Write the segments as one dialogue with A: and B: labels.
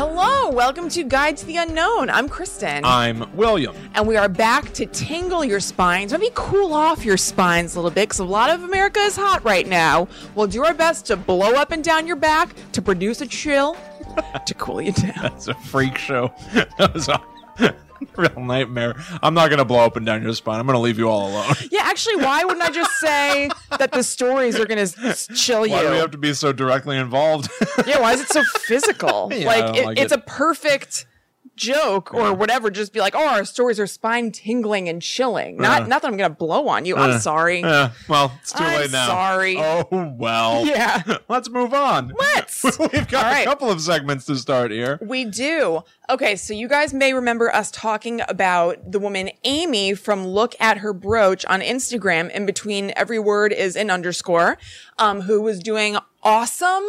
A: welcome to Guide to the Unknown. I'm Kristen.
B: I'm William.
A: and we are back to tingle your spines, maybe cool off your spines a little bit, because a lot of America is hot right now. We'll do our best to blow up and down your back, to produce a chill, to cool you down.
B: It's a freak show. that was a real nightmare. I'm not gonna blow up and down your spine. I'm gonna leave you all alone.
A: Yeah, actually, why wouldn't I just say that the stories are going to chill you?
B: Why do we have to be so directly involved?
A: yeah, why is it so physical?
B: Yeah, I
A: like,
B: don't
A: it,
B: like
A: it's
B: it.
A: a perfect joke or whatever. Just be like, oh, our stories are spine tingling and chilling.
B: Uh.
A: Not, not that I'm going to blow on you. I'm sorry.
B: Yeah, well, it's too
A: I'm
B: late now.
A: sorry.
B: Oh well.
A: Yeah.
B: Let's move on.
A: Let's.
B: We've got
A: All right.
B: a couple of segments to start here.
A: We do. Okay, so you guys may remember us talking about the woman Amy from Look at Her Brooch on Instagram. In between every word is an underscore, um, who was doing awesome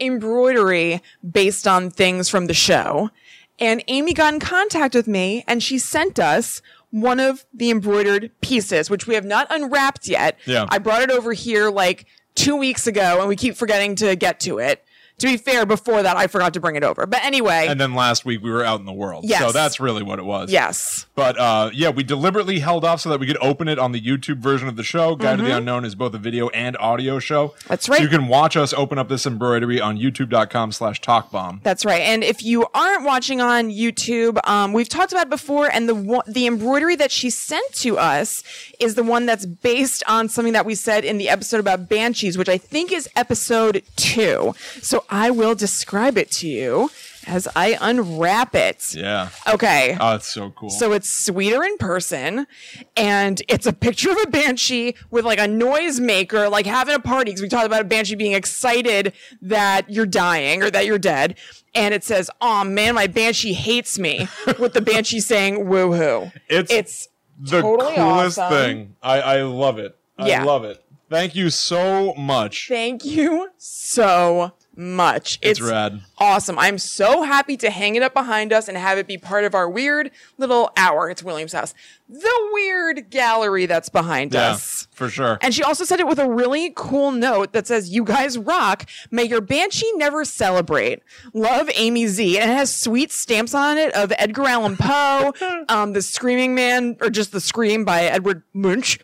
A: embroidery based on things from the show. And Amy got in contact with me and she sent us one of the embroidered pieces, which we have not unwrapped yet.
B: Yeah.
A: I brought it over here like two weeks ago and we keep forgetting to get to it. To be fair, before that, I forgot to bring it over. But anyway,
B: And then last week we were out in the world. So
A: Yes.
B: that's really what it was.
A: yes.
B: But uh, yeah, we deliberately held off so that we could open it on the YouTube version of the show. Guide to the Unknown is both a video and audio show.
A: Mm-hmm. That's right.
B: So you can watch us open up this embroidery on youtube.com slash talkbomb.
A: That's right. And if you aren't watching on YouTube, um, we've talked about it before, and the wo- the embroidery that she sent to us is the one that's based on something that we said in the episode about banshees, which I think is episode two. So I will describe it to you as I unwrap it.
B: Yeah.
A: Okay.
B: Oh, it's so cool.
A: So it's sweeter in person, and it's a picture of a banshee with like a noisemaker, like having a party. Because we talked about a banshee being excited that you're dying or that you're dead, and it says, "Oh man, my banshee hates me," with the banshee saying, "Woohoo!"
B: It's-
A: it's
B: the
A: totally
B: coolest
A: awesome.
B: thing. I, I love it. I
A: Yeah.
B: love it. Thank you so much.
A: Thank you so much.
B: It's rad.
A: Awesome. I'm so happy to hang it up behind us and have it be part of our weird little hour. It's William's house. The weird gallery that's behind us.
B: Yeah, for sure.
A: And she also said it with a really cool note that says, You guys rock. May your banshee never celebrate. Love Amy Z. And it has sweet stamps on it of Edgar Allan Poe, um, The Screaming Man, or just The Scream by Edward Munch.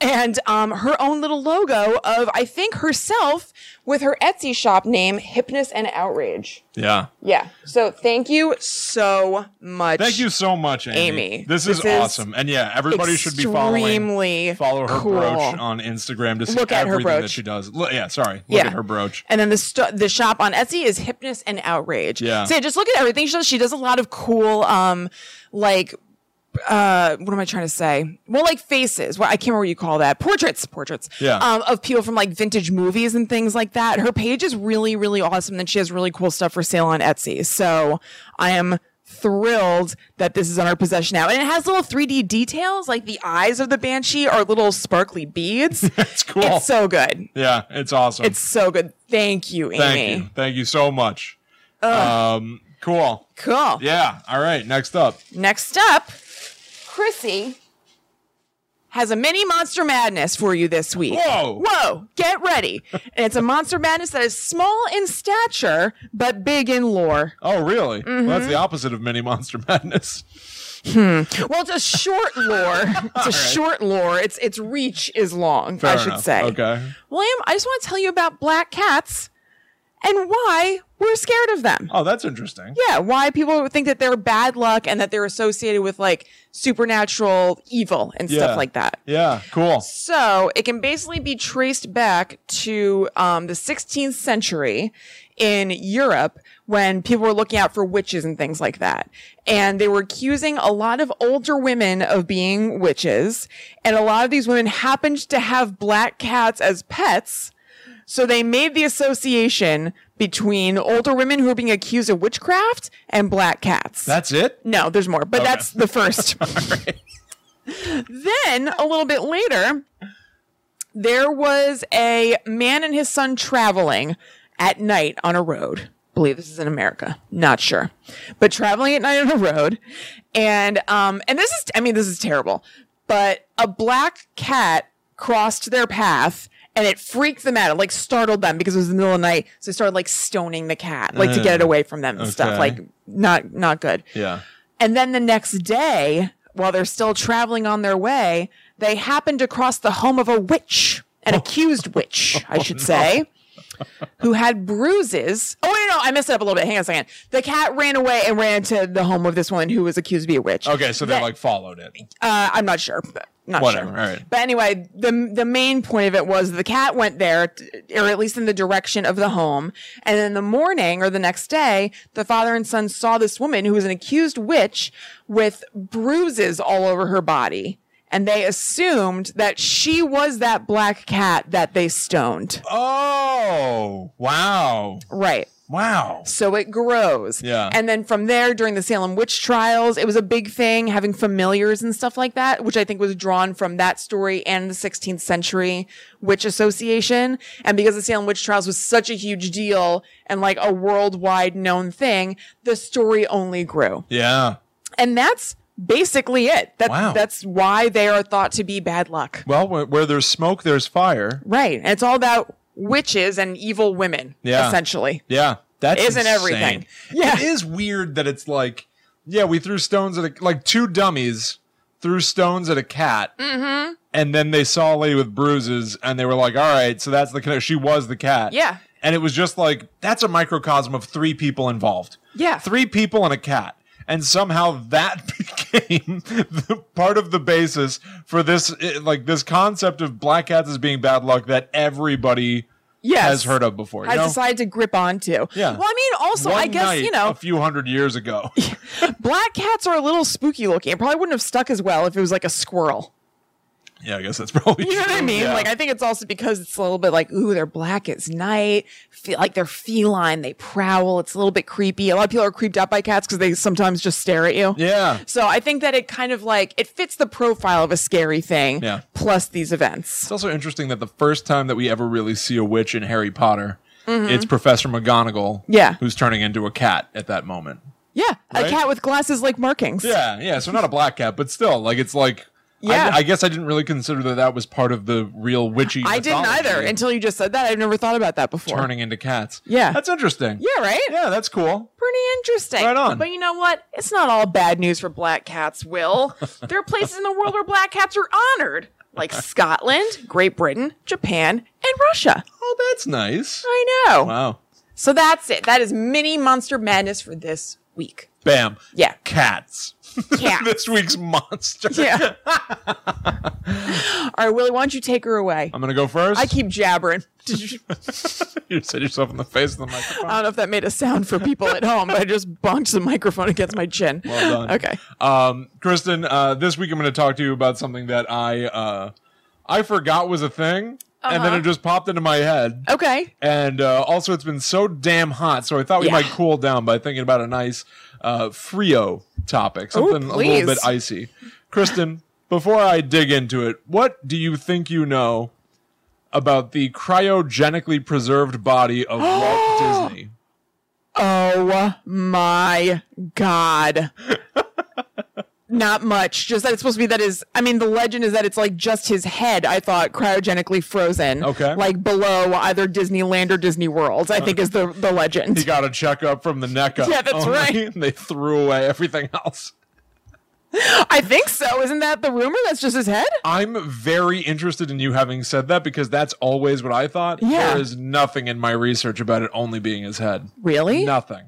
A: And um, her own little logo of, I think, herself with her Etsy shop name, Hypness and Outrage.
B: yeah.
A: Yeah. So thank you so much.
B: Thank you so much, Amy.
A: Amy,
B: This,
A: this
B: is,
A: is
B: awesome. And yeah, everybody should be
A: extremely
B: following follow her
A: cool.
B: brooch on Instagram to see
A: Look at her
B: everything that
A: brooch.
B: she does. Look, yeah, sorry. Look at her brooch.
A: And then the st- the shop on Etsy is Hypness and Outrage.
B: Yeah.
A: So just look at everything she does. She does a lot of cool, um, like, uh, what am I trying to say? Well, like faces. Well, I can't remember what you call that. Portraits, portraits.
B: Yeah.
A: Um, of people from like vintage movies and things like that. Her page is really, really awesome. And she has really cool stuff for sale on Etsy. So I am thrilled that this is in our possession now. And it has little 3D details, like the eyes of the banshee are little sparkly beads.
B: It's cool.
A: It's so good.
B: yeah, it's awesome.
A: It's so good. Thank you, Amy.
B: Thank you. Thank you so much. Um, cool.
A: Cool.
B: Yeah. All right. Next up.
A: Next up, Chrissy has a mini Monster Madness for you this week.
B: Whoa.
A: Whoa. Get ready. and it's a Monster Madness that is small in stature, but big in lore.
B: Oh, really? Well,
A: Mm-hmm.
B: that's the opposite of mini monster madness.
A: Well, it's a short lore. It's a short lore. Its its reach is long, I
B: Fair
A: should
B: enough.
A: say.
B: Okay.
A: William, I just want to tell you about black cats and why we're scared of them.
B: Oh, that's interesting.
A: Yeah, why people think that they're bad luck and that they're associated with like supernatural evil and stuff like that.
B: Yeah. Cool.
A: So it can basically be traced back to um, the 16th century in Europe when people were looking out for witches and things like that. And they were accusing a lot of older women of being witches. And a lot of these women happened to have black cats as pets. So they made the association between older women who were being accused of witchcraft and black cats.
B: That's it.
A: No, there's more, but that's the first. Then a little bit later, there was a man and his son traveling at night on a road. Believe this is in America, not sure, but traveling at night on a road, and um, and this is, I mean, this is terrible, but a black cat crossed their path and it freaked them out. It like startled them because it was the middle of the night. So they started like stoning the cat, like to get it away from them and
B: okay.
A: stuff. Like not not good.
B: Yeah.
A: And then the next day, while they're still traveling on their way, they happened to cross the home of a witch, an accused witch, I should say, who had bruises. Oh, wait, no, I messed it up a little bit. Hang on a second. The cat ran away and ran to the home of this woman who was accused to be a witch.
B: Okay, so they
A: That-
B: like followed it.
A: Uh, I'm not sure. but- Not
B: Whatever,
A: Sure.
B: all right.
A: But anyway, the the main point of it was the cat went there, t- or at least in the direction of the home. And in the morning or the next day, the father and son saw this woman who was an accused witch with bruises all over her body. And they assumed that she was that black cat that they stoned.
B: Oh, wow.
A: Right.
B: Wow.
A: So it grows.
B: Yeah.
A: And then from there, during the Salem witch trials, it was a big thing having familiars and stuff like that, which I think was drawn from that story and the 16th century witch association. And because the Salem witch trials was such a huge deal and like a worldwide known thing, the story only grew.
B: Yeah.
A: And that's basically it. That's,
B: Wow.
A: that's why they are thought to be bad luck.
B: Well, where, where there's smoke, there's fire.
A: Right. And it's all about witches and evil women,
B: Yeah.
A: essentially.
B: Yeah. That's
A: Isn't
B: insane.
A: everything. Yeah.
B: It is weird that it's like, yeah, we threw stones at a, like two dummies threw stones at a cat. Mm-hmm. And then they saw a lady with bruises and they were like, all right, so that's the connection. She was the cat.
A: Yeah.
B: And it was just like, that's a microcosm of three people involved.
A: Yeah.
B: Three people and a cat. And somehow that became the part of the basis for this, eh, like this concept of black cats as being bad luck that everybody
A: Yes.
B: has heard of before. you
A: has
B: know?
A: decided to grip onto.
B: Yeah.
A: Well, I mean, also, I
B: One
A: guess,
B: night
A: you know,
B: a few hundred years ago.
A: black cats are a little spooky looking. It probably wouldn't have stuck as well if it was like a squirrel.
B: yeah, I guess that's probably.
A: You know what I
B: true,
A: mean?
B: yeah.
A: Like, I think it's also because it's a little bit like, ooh, they're black as night. Feel like they're feline. They prowl. It's a little bit creepy. A lot of people are creeped out by cats because they sometimes just stare at you.
B: yeah,
A: So I think that it kind of like, it fits the profile of a scary thing
B: Yeah.
A: plus these events.
B: it's also interesting that the first time that we ever really see a witch in Harry Potter, it's Professor McGonagall.
A: Mm-hmm. Yeah.
B: who's turning into a cat at that moment.
A: Yeah.
B: Right?
A: A cat with glasses like markings.
B: Yeah, yeah. So not a black cat, but still, like it's like. I-
A: Yeah.
B: I, guess I didn't really consider that that was part of the real witchy.
A: I didn't
B: mythology,
A: either until you just said that. I've never thought about that before.
B: turning into cats.
A: Yeah.
B: that's interesting.
A: Yeah, right?
B: yeah, that's cool.
A: pretty interesting.
B: Right on.
A: But you know what? It's not all bad news for black cats, Will. there are places in the world where black cats are honored, like Scotland, Great Britain, Japan, and Russia.
B: Oh, that's nice.
A: I know.
B: Wow.
A: So that's it. That is mini monster madness for this week.
B: Bam.
A: Yeah.
B: Cats.
A: Cats.
B: this week's monster.
A: Yeah. all right, Willie, why don't you take her away?
B: I'm gonna go first.
A: I keep jabbering. I
B: you just hit yourself in the face with the microphone.
A: don't know if that made a sound for people at home, but I just bonked the microphone against my chin.
B: Well done.
A: Okay.
B: Um, Kristen, uh, this week I'm going to talk to you about something that I uh, I forgot was a thing, and then
A: Uh-huh. Oh.
B: it just popped into my head.
A: Okay.
B: And uh, also, it's been so damn hot, so I thought we
A: Yeah.
B: might cool down by thinking about a nice uh, Frio topic, something a
A: please.
B: little bit icy. Kristen, before I dig into it, what do you think you know about the cryogenically preserved body of Walt Disney?
A: Oh my god. Not much. Just that it's supposed to be that is I mean the legend is that it's like just his head, I thought, cryogenically frozen.
B: Okay. Uh,
A: Like below either Disneyland or Disney World, I think is the the
B: He
A: legend.
B: got a checkup from the neck up.
A: Yeah, that's
B: only,
A: right.
B: And they threw away everything else.
A: I think so. Isn't that the rumor? That's just his head?
B: I'm very interested in you having said that because that's always what I thought.
A: Yeah.
B: There is nothing in my research about it only being his head.
A: Really?
B: Nothing.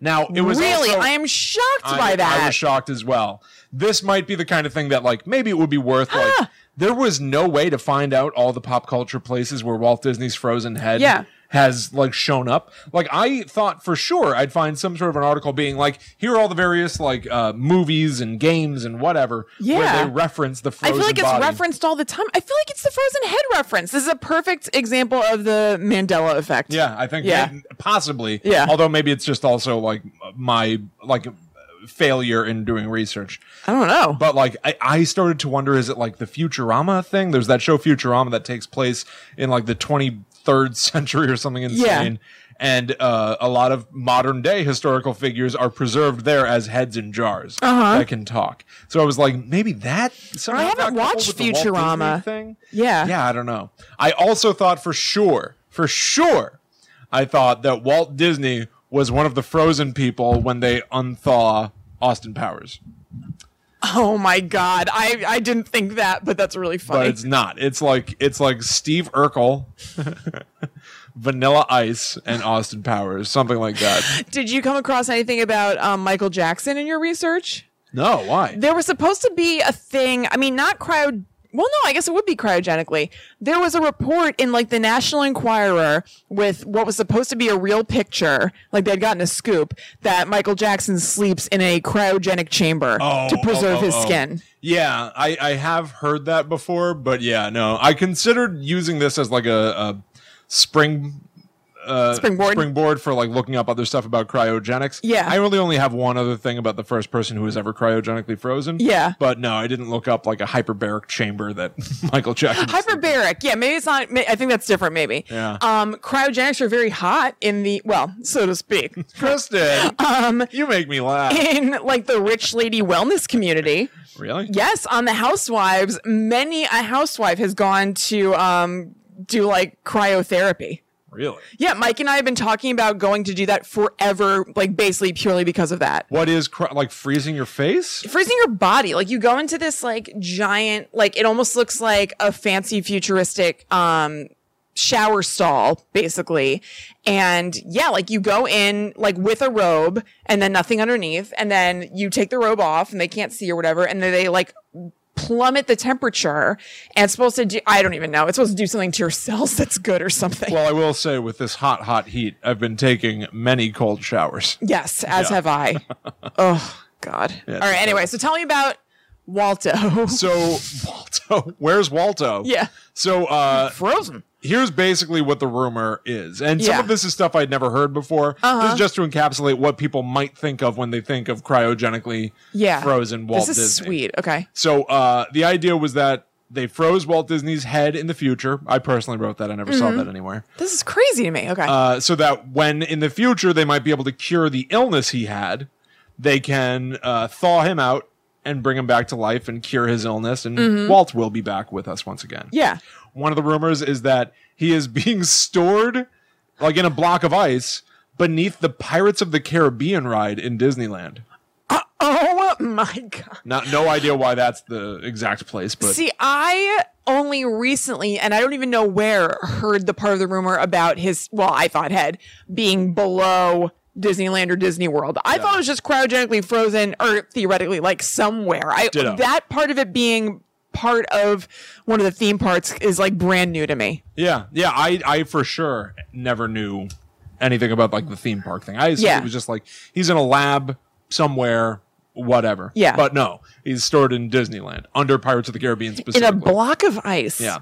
B: Now it was
A: really?
B: also-
A: I am shocked
B: I-
A: by that.
B: I was shocked as well. This might be the kind of thing that like maybe it would be worth
A: Ah.
B: like there was no way to find out all the pop culture places where Walt Disney's frozen head
A: Yeah.
B: has like shown up. Like I thought for sure I'd find some sort of an article being like here are all the various like uh movies and games and whatever where
A: Yeah.
B: they reference the
A: I
B: frozen
A: feel like it's
B: body.
A: referenced all the time. I feel like it's the frozen head reference. This is a perfect example of the Mandela effect.
B: Yeah, I think
A: Yeah.
B: may- possibly.
A: Yeah.
B: Although maybe it's just also like my like failure in doing research.
A: I don't know.
B: But like I, I started to wonder is it like the Futurama thing? There's that show Futurama that takes place in like the 2030s third century or something
A: Yeah.
B: insane. And uh, a lot of modern day historical figures are preserved there as heads in jars
A: Uh-huh.
B: that can talk. So I was like, maybe that. somehow
A: I haven't
B: got coupled
A: watched
B: with the Walt Disney
A: Futurama.
B: Thing.
A: Yeah.
B: Yeah, I don't know. I also thought for sure, for sure, I thought that Walt Disney was one of the frozen people when they unthaw Austin Powers.
A: Oh my god. I I didn't think that, but that's really
B: But
A: funny.
B: it's not. It's like it's like Steve Urkel, Vanilla Ice, and Austin Powers, something like that.
A: Did you come across anything about um, Michael Jackson in your research?
B: No, why?
A: There was supposed to be a thing. I mean, not cryo. Well, no, I guess it would be cryogenically. There was a report in like the National Enquirer with what was supposed to be a real picture, like they'd gotten a scoop that Michael Jackson sleeps in a cryogenic chamber
B: Oh,
A: to
B: oh,
A: preserve
B: oh,
A: his
B: oh.
A: skin.
B: Yeah, I, I have heard that before, but yeah, no. I considered using this as like a, a spring uh,
A: Springboard?
B: springboard for like looking up other stuff about cryogenics.
A: Yeah.
B: I really only have one other thing about the first person who was ever cryogenically frozen.
A: Yeah.
B: but no, I didn't look up like a hyperbaric chamber that Michael Jackson.
A: Hyperbaric, yeah, maybe it's not. ma- I think that's different, maybe.
B: Yeah.
A: Um, cryogenics are very hot in the well, so to speak,
B: Kristen, um, you make me laugh.
A: in like the rich lady wellness community.
B: Really?
A: Yes, on the Housewives, many a housewife has gone to um, do like cryotherapy.
B: Really?
A: Yeah, Mike and I have been talking about going to do that forever, like basically purely because of that.
B: What is cry- like freezing your face?
A: Freezing your body, like you go into this like giant, like it almost looks like a fancy futuristic um shower stall, basically. And yeah, like you go in like with a robe and then nothing underneath, and then you take the robe off and they can't see or whatever, and then they like plummet the temperature and it's supposed to do I don't even know, it's supposed to do something to your cells that's good or something.
B: Well, I will say with this hot, hot heat, I've been taking many cold showers.
A: Yes, as
B: Yeah.
A: have I. oh God.
B: it's
A: All right. Anyway, so tell me about Waldo.
B: So Walto, where's Walto?
A: Yeah.
B: So uh,
A: Frozen.
B: here's basically what the rumor is, and some
A: Yeah. Uh-huh.
B: of this is stuff I'd never heard before. This is just to encapsulate what people might think of when they think of cryogenically
A: Yeah.
B: frozen Walt
A: this is
B: Disney.
A: sweet. Okay.
B: So uh, the idea was that they froze Walt Disney's head in the future. I personally wrote that. I never
A: Mm-hmm.
B: saw that anywhere.
A: This is crazy to me. Okay.
B: uh, so that when in the future they might be able to cure the illness he had, they can uh, thaw him out and bring him back to life and cure his illness, and Walt will be back with us once again.
A: yeah.
B: One of the rumors is that he is being stored like in a block of ice beneath the Pirates of the Caribbean ride in Disneyland.
A: Oh my God.
B: Not no idea why that's the exact place, but
A: See, I only recently, and I don't even know where, heard the part of the rumor about his, well, I thought head being below Disneyland or Disney World. I thought it was just cryogenically frozen or theoretically like somewhere. I,
B: Ditto.
A: that part of it being part of one of the theme parts is like brand new to me.
B: Yeah, yeah, I, I for sure never knew anything about like the theme park thing. I assumed
A: Yeah.
B: it was just like he's in a lab somewhere, whatever.
A: Yeah.
B: but no, he's stored in Disneyland under Pirates of the Caribbean
A: In
B: specifically.
A: a block of ice.
B: Yeah.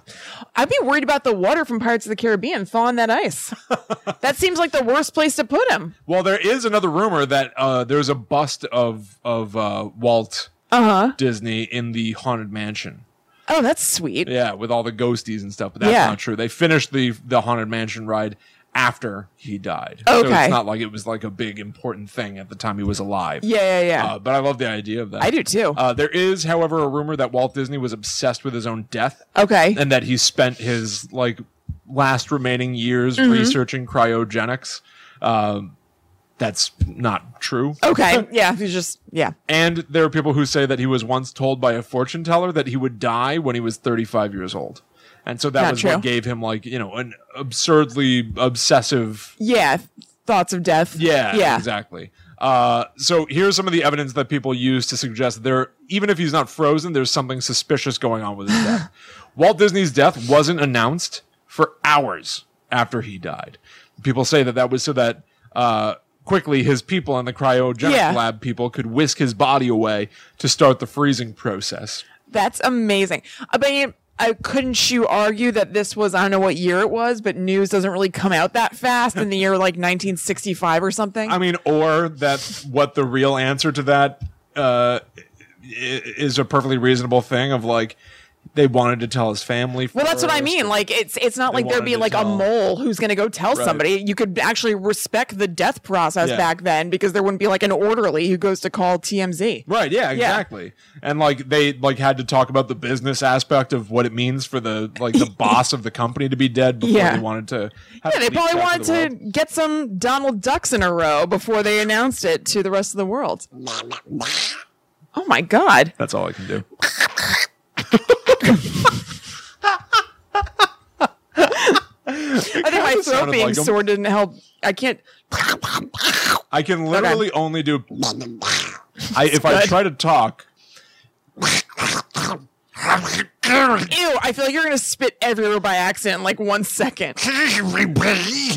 A: I'd be worried about the water from Pirates of the Caribbean thawing that ice. that seems like the worst place to put him.
B: well, there is another rumor that uh, there's a bust of of uh, Walt
A: Uh huh.
B: Disney in the haunted mansion.
A: Oh, that's sweet.
B: Yeah, with all the ghosties and stuff, but that's
A: Yeah.
B: not true. They finished the the haunted mansion ride after he died. so
A: Okay.
B: it's not like it was like a big important thing at the time he was alive.
A: Yeah, yeah, yeah.
B: Uh, but I love the idea of that.
A: I do too.
B: Uh, there is, however, a rumor that Walt Disney was obsessed with his own death
A: okay.
B: and that he spent his like last remaining years
A: Mm-hmm.
B: researching cryogenics. Um, that's not true.
A: Okay. Yeah. He's just yeah.
B: And there are people who say that he was once told by a fortune teller that he would die when he was 35 years old. And so that
A: Not
B: was
A: true.
B: what gave him like, you know, an absurdly obsessive
A: Yeah. Thoughts of death.
B: Yeah,
A: Yeah.
B: exactly. Uh, so here's some of the evidence that people use to suggest that there, even if he's not frozen, there's something suspicious going on with his death. Walt Disney's death wasn't announced for hours after he died. People say that that was so that uh, quickly his people in the cryogenic
A: Yeah.
B: lab people could whisk his body away to start the freezing process.
A: That's amazing. Uh, I mean, I couldn't you argue that this was I don't know what year it was, but news doesn't really come out that fast in the year like 1965 or something.
B: I mean, or that what the real answer to that uh, i- is a perfectly reasonable thing of like they wanted to tell his family.
A: Well, that's what I
B: first.
A: mean. Like it's it's not
B: They
A: like there'd
B: wanted
A: be
B: to
A: like a
B: tell-
A: mole who's going to go tell
B: Right.
A: somebody. You could actually respect the death process
B: Yeah.
A: back then because there wouldn't be like an orderly who goes to call TMZ.
B: Right, yeah, exactly. And like they like had to talk about the business aspect of what it means for the like the boss of the company to be dead before
A: Yeah.
B: they wanted to have
A: Yeah, they
B: it leaked
A: probably
B: out
A: wanted
B: to the
A: to get some Donald Ducks in a row before they announced it to the rest of the world. Oh my god.
B: That's all I can do.
A: I think my
B: kinda
A: throat
B: sounded
A: being
B: like 'em.
A: sore didn't help. I can't
B: I can literally only do. I if I try to talk,
A: Ew, I feel like you're going to spit everywhere by accident in like 1 second.
B: hey
A: What'd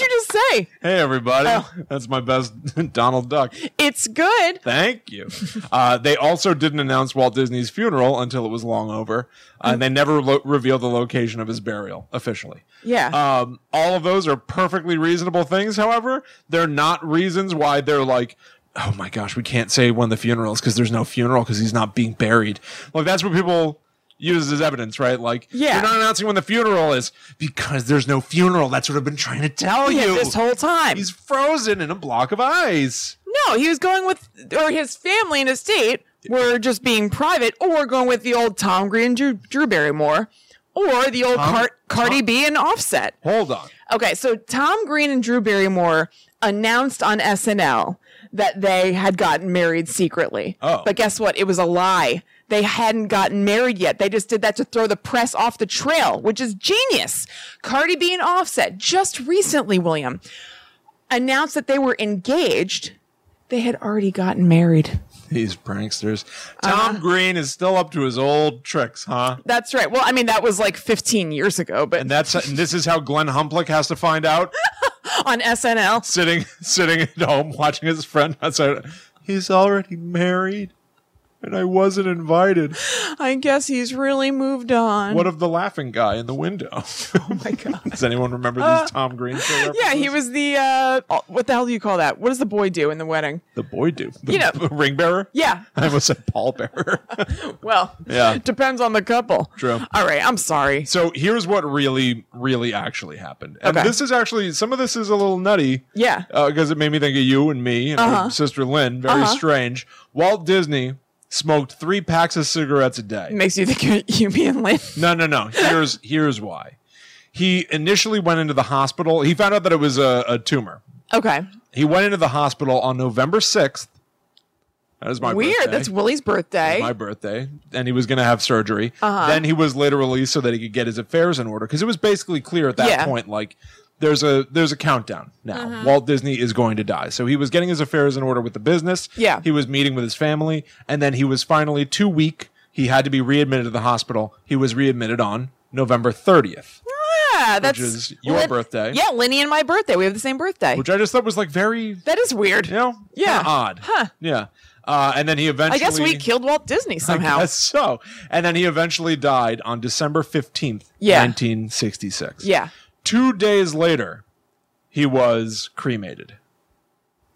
A: you just say?
B: everybody,
A: Oh.
B: that's my best Donald Duck.
A: It's good.
B: Thank you. Uh, they also didn't announce Walt Disney's funeral until it was long over, and they never lo- revealed the location of his burial officially.
A: Yeah.
B: Um, all of those are perfectly reasonable things. However, they're not reasons why they're like, oh my gosh, we can't say when the funeral is because there's no funeral because he's not being buried. Like that's what people use as evidence, right? Like,
A: Yeah.
B: you're not announcing when the funeral is because there's no funeral. That's what I've been trying to tell
A: Yeah,
B: you.
A: this whole time.
B: he's frozen in a block of ice.
A: No, he was going with, or his family and estate were just being private, or going with the old Tom Green, Drew, Drew Barrymore, or the old Cart, Cardi B and Offset.
B: Hold on.
A: Okay, so Tom Green and Drew Barrymore announced on SNL that they had gotten married secretly.
B: Oh.
A: But guess what? It was a lie. They hadn't gotten married yet. They just did that to throw the press off the trail, which is genius. Cardi B and Offset just recently, William, announced that they were engaged. They had already gotten married.
B: These pranksters.
A: Uh-huh.
B: Tom Green is still up to his old tricks, huh?
A: That's right. Well, I mean, that was like 15 years ago, but
B: And that's and this is how Glenn Humplick has to find out.
A: on SNL.
B: sitting sitting at home watching his friend outside. He's already married, and I wasn't invited.
A: I guess he's really moved on.
B: What of the laughing guy in the window? Oh my god! Does anyone remember these Tom Green? show
A: Uh, Yeah, he
B: references?
A: was the uh, oh, what the hell do you call that? What does the boy do in the wedding?
B: the boy do the
A: You know-
B: ring bearer.
A: Yeah,
B: I almost said Paul bearer.
A: well,
B: Yeah.
A: depends on the couple.
B: True.
A: All right, I'm sorry.
B: so here's what really, really actually happened. And
A: Okay.
B: this is actually some of this is a little nutty.
A: Yeah.
B: because Uh, it made me think of you and me and
A: Uh-huh.
B: my sister Lynn. Very strange. Walt Disney smoked three packs of cigarettes a day.
A: Makes you think you me and Lynn.
B: No, no, no. Here's here's why. He initially went into the hospital. He found out that it was a, a tumor.
A: Okay,
B: He went into the hospital on November sixth. That is my
A: weird.
B: birthday.
A: That's Willie's birthday.
B: my birthday, and he was going to have surgery.
A: Uh-huh.
B: Then he was later released so that he could get his affairs in order because it was basically clear at that
A: Yeah. Uh-huh.
B: point, like there's a there's a countdown now. Walt Disney is going to die, so he was getting his affairs in order with the business.
A: Yeah.
B: he was meeting with his family, and then he was finally too weak. He had to be readmitted to the hospital. He was readmitted on November 30th,
A: yeah, that's
B: is your birthday.
A: Yeah, Lenny and my birthday. We have the same birthday.
B: which I just thought was like very
A: that is weird.
B: you know
A: Yeah.
B: kinda odd.
A: Huh.
B: Yeah. Uh, and then he eventually
A: I guess we killed Walt Disney somehow.
B: I guess so. And then he eventually died on December 15th,
A: Yeah.
B: 1966.
A: Yeah.
B: Two days later, he was cremated,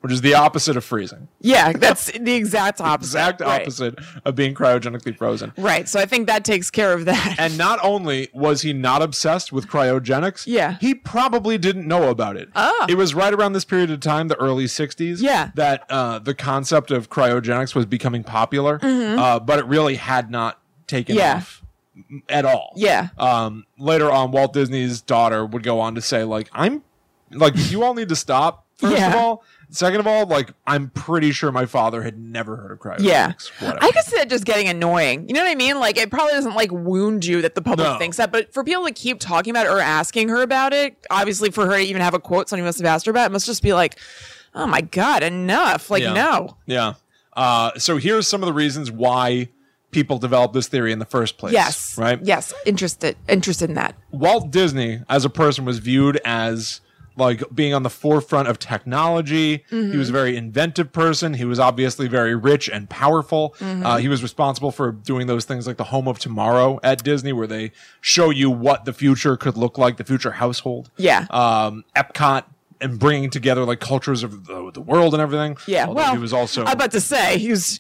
B: which is the opposite of freezing.
A: Yeah, that's the exact opposite.
B: Exact
A: Right.
B: opposite of being cryogenically frozen.
A: Right. So I think that takes care of that.
B: And not only was he not obsessed with cryogenics,
A: Yeah. Oh.
B: he probably didn't know about it. Ah. It was right around this period of time, the early 60s,
A: Yeah.
B: that uh, the concept of cryogenics was becoming popular, uh, but it really had not taken
A: Mm-hmm. Yeah.
B: off m- at all.
A: Yeah.
B: Um, later on, Walt Disney's daughter would go on to say, like, I'm like, you all need to stop, first
A: Yeah.
B: of all. Second of all, like, I'm pretty sure my father had never heard of cryogenics.
A: Yeah.
B: Whatever.
A: I could see that just getting annoying. You know what I mean? Like, it probably doesn't like wound you that the public
B: No.
A: thinks that, but for people to keep talking about it or asking her about it, obviously for her to even have a quote somebody must have asked her about, it must just be like, oh my God, enough. Like,
B: Yeah.
A: no.
B: Yeah. Uh, so here's some of the reasons why people developed this theory in the first place.
A: Yes.
B: Right?
A: Yes. Interested. Interested in that.
B: Walt Disney, as a person, was viewed as like being on the forefront of technology. He
A: Mm-hmm.
B: was a very inventive person. He was obviously very rich and powerful.
A: Mm-hmm.
B: Uh, he was responsible for doing those things like the Home of Tomorrow at Disney, where they show you what the future could look like, the future household.
A: Yeah.
B: Um, Epcot and bringing together like cultures of the, the world and everything.
A: Yeah.
B: Although
A: well,
B: he was also
A: I'm about to say he was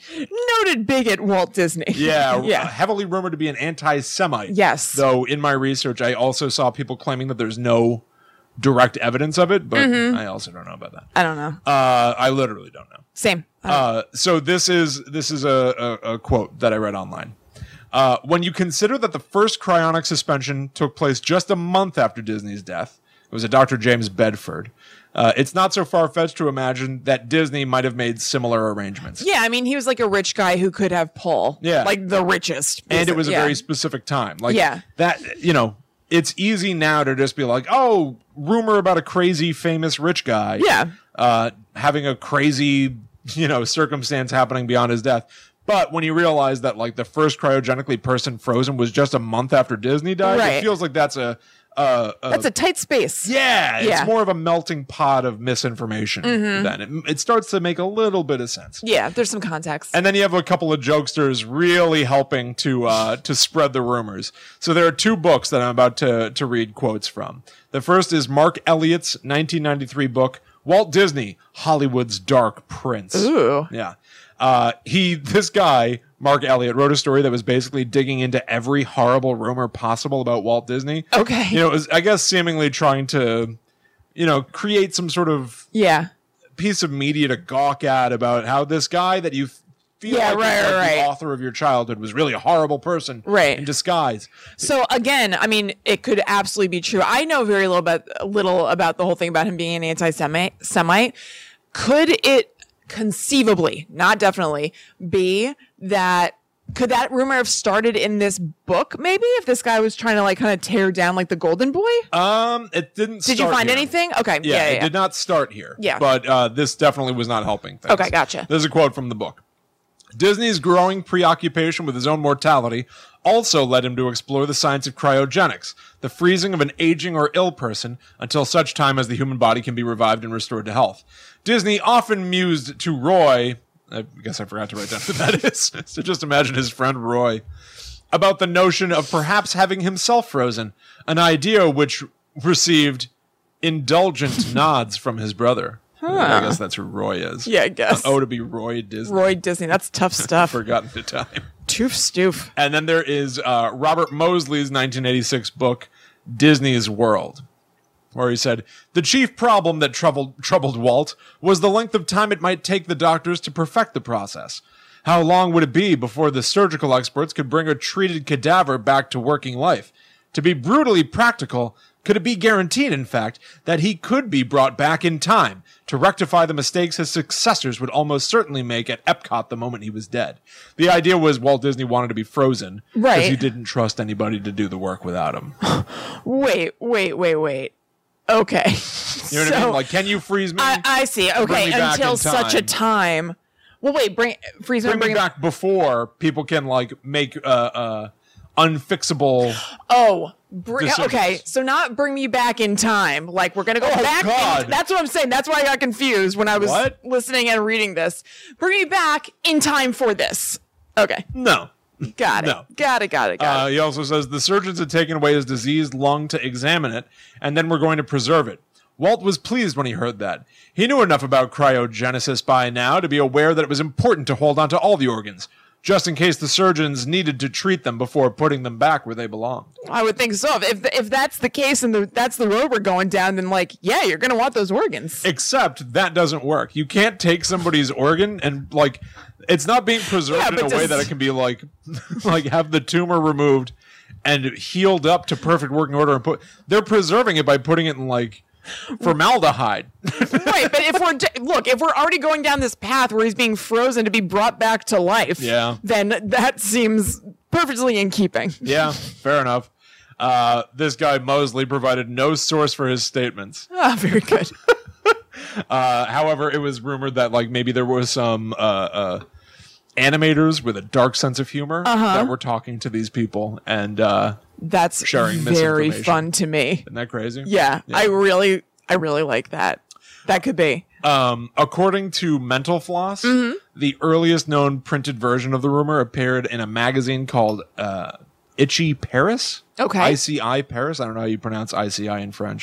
A: noted bigot Walt Disney.
B: yeah, uh,
A: yeah.
B: heavily rumored to be an anti-Semite.
A: Yes.
B: Though in my research, I also saw people claiming that there's no direct evidence of it, but I also don't know about that.
A: Mm-hmm. I don't know. Oh.
B: Uh, I literally don't know.
A: Same. I don't-
B: Uh, so this is this is a, a, a quote that I read online. Uh, when you consider that the first cryonic suspension took place just a month after Disney's death, it was a Dr. James Bedford. Uh, it's not so far fetched to imagine that Disney might have made similar arrangements.
A: yeah, I mean, he was like a rich guy who could have pull.
B: Yeah.
A: Like the richest.
B: and it was a
A: yeah.
B: very specific time. Like
A: Yeah.
B: that, you know, it's easy now to just be like, oh, rumor about a crazy famous rich guy,
A: Yeah.
B: uh, having a crazy, you know, circumstance happening beyond his death. But when you realize that like the first cryogenically person frozen was just a month after Disney died, it
A: Right.
B: feels like that's a, uh, a
A: That's a tight space.
B: yeah, it's
A: Yeah. Mm-hmm.
B: more of a melting pot of misinformation. Then it, it starts to make a little bit of sense.
A: Yeah, there's some context.
B: And then you have a couple of jokesters really helping to uh, to spread the rumors. So there are two books that I'm about to to read quotes from. The first is Mark Elliott's 1993 book Walt Disney: Hollywood's Dark Prince.
A: Ooh.
B: Yeah. Uh, he, this guy, Mark Elliott, wrote a story that was basically digging into every horrible rumor possible about Walt Disney.
A: Okay.
B: You know, it was, I guess, seemingly trying to, you know, create some sort of
A: yeah.
B: piece of media to gawk at about how this guy that you f- feel
A: Yeah,
B: like is
A: right,
B: like
A: right,
B: the
A: right.
B: author of your childhood was really a horrible person
A: Right.
B: in disguise.
A: So again, I mean, it could absolutely be true. I know very little about little about the whole thing about him being an anti-Semite. Semite. Could it conceivably, not definitely, be that? Could that rumor have started in this book? Maybe if this guy was trying to like kind of tear down like the Golden Boy.
B: Um, it didn't.
A: Did you
B: start
A: find
B: here.
A: anything? Okay.
B: Yeah,
A: Yeah.
B: it
A: Yeah. yeah.
B: did not start here.
A: Yeah.
B: but uh, this definitely was not helping things.
A: Okay, gotcha.
B: There's a quote from the book. Disney's growing preoccupation with his own mortality also led him to explore the science of cryogenics, the freezing of an aging or ill person until such time as the human body can be revived and restored to health. Disney often mused to Roy, I guess I forgot to write down who that is, so just imagine his friend Roy, about the notion of perhaps having himself frozen, an idea which received indulgent nods from his brother. I guess that's who Roy is.
A: Yeah, I guess.
B: Oh, to be Roy Disney
A: Roy Disney. That's tough stuff.
B: forgotten to time.
A: Toof stoof.
B: And then there is uh, Robert Mosley's 1986 book, Disney's World, where he said the chief problem that troubled troubled Walt was the length of time it might take the doctors to perfect the process. How long would it be before the surgical experts could bring a treated cadaver back to working life? To be brutally practical, could it be guaranteed, in fact, that he could be brought back in time to rectify the mistakes his successors would almost certainly make at Epcot the moment he was dead? The idea was Walt Disney wanted to be frozen because
A: Right.
B: he didn't trust anybody to do the work without him. You
A: Wait. Wait. Wait. Wait. Okay.
B: know what I mean? Like, can you freeze me?
A: I, I see. Okay,
B: me back
A: until
B: in
A: such a time. Well, wait. Bring freeze
B: bring me
A: bring
B: back before people can like make uh, uh, unfixable.
A: Oh, bring,
B: Decisions.
A: okay. So not bring me back in time. Like we're gonna go
B: Oh,
A: back. in-
B: God.
A: that's what I'm saying. That's why I got confused when I was
B: What?
A: listening and reading this. Bring me back in time for this. Okay,
B: No.
A: got it.
B: No.
A: Got it. Got it. Got
B: Uh,
A: it.
B: he also says the surgeons had taken away his diseased lung to examine it, and then we're going to preserve it. Walt was pleased when he heard that. He knew enough about cryogenesis by now to be aware that it was important to hold onto all the organs, just in case the surgeons needed to treat them before putting them back where they belonged.
A: I would think so. If if that's the case and the, that's the road we're going down, then like yeah, you're gonna want those organs.
B: Except that doesn't work. You can't take somebody's organ and like it's not being preserved
A: Yeah,
B: in a
A: but
B: way
A: does-
B: that it can be like like have the tumor removed and healed up to perfect working order and put they're preserving it by putting it in like formaldehyde.
A: right, but if we're d- look, if we're already going down this path where he's being frozen to be brought back to life,
B: Yeah.
A: then that seems perfectly in keeping.
B: yeah, fair enough. Uh, this guy Mosley provided no source for his statements.
A: Ah, very good.
B: Uh, however, it was rumored that like maybe there was some uh, uh, animators with a dark sense of humor
A: Uh-huh.
B: that were talking to these people, and uh,
A: That's
B: Sharing
A: very
B: misinformation.
A: fun to me.
B: isn't that crazy?
A: Yeah, I really, I really like that. That could be.
B: Um, according to Mental Floss,
A: Mm-hmm.
B: the earliest known printed version of the rumor appeared in a magazine called uh, Itchy Paris.
A: Okay. Mm-hmm.
B: ICI Paris. I don't know how you pronounce ICI in French.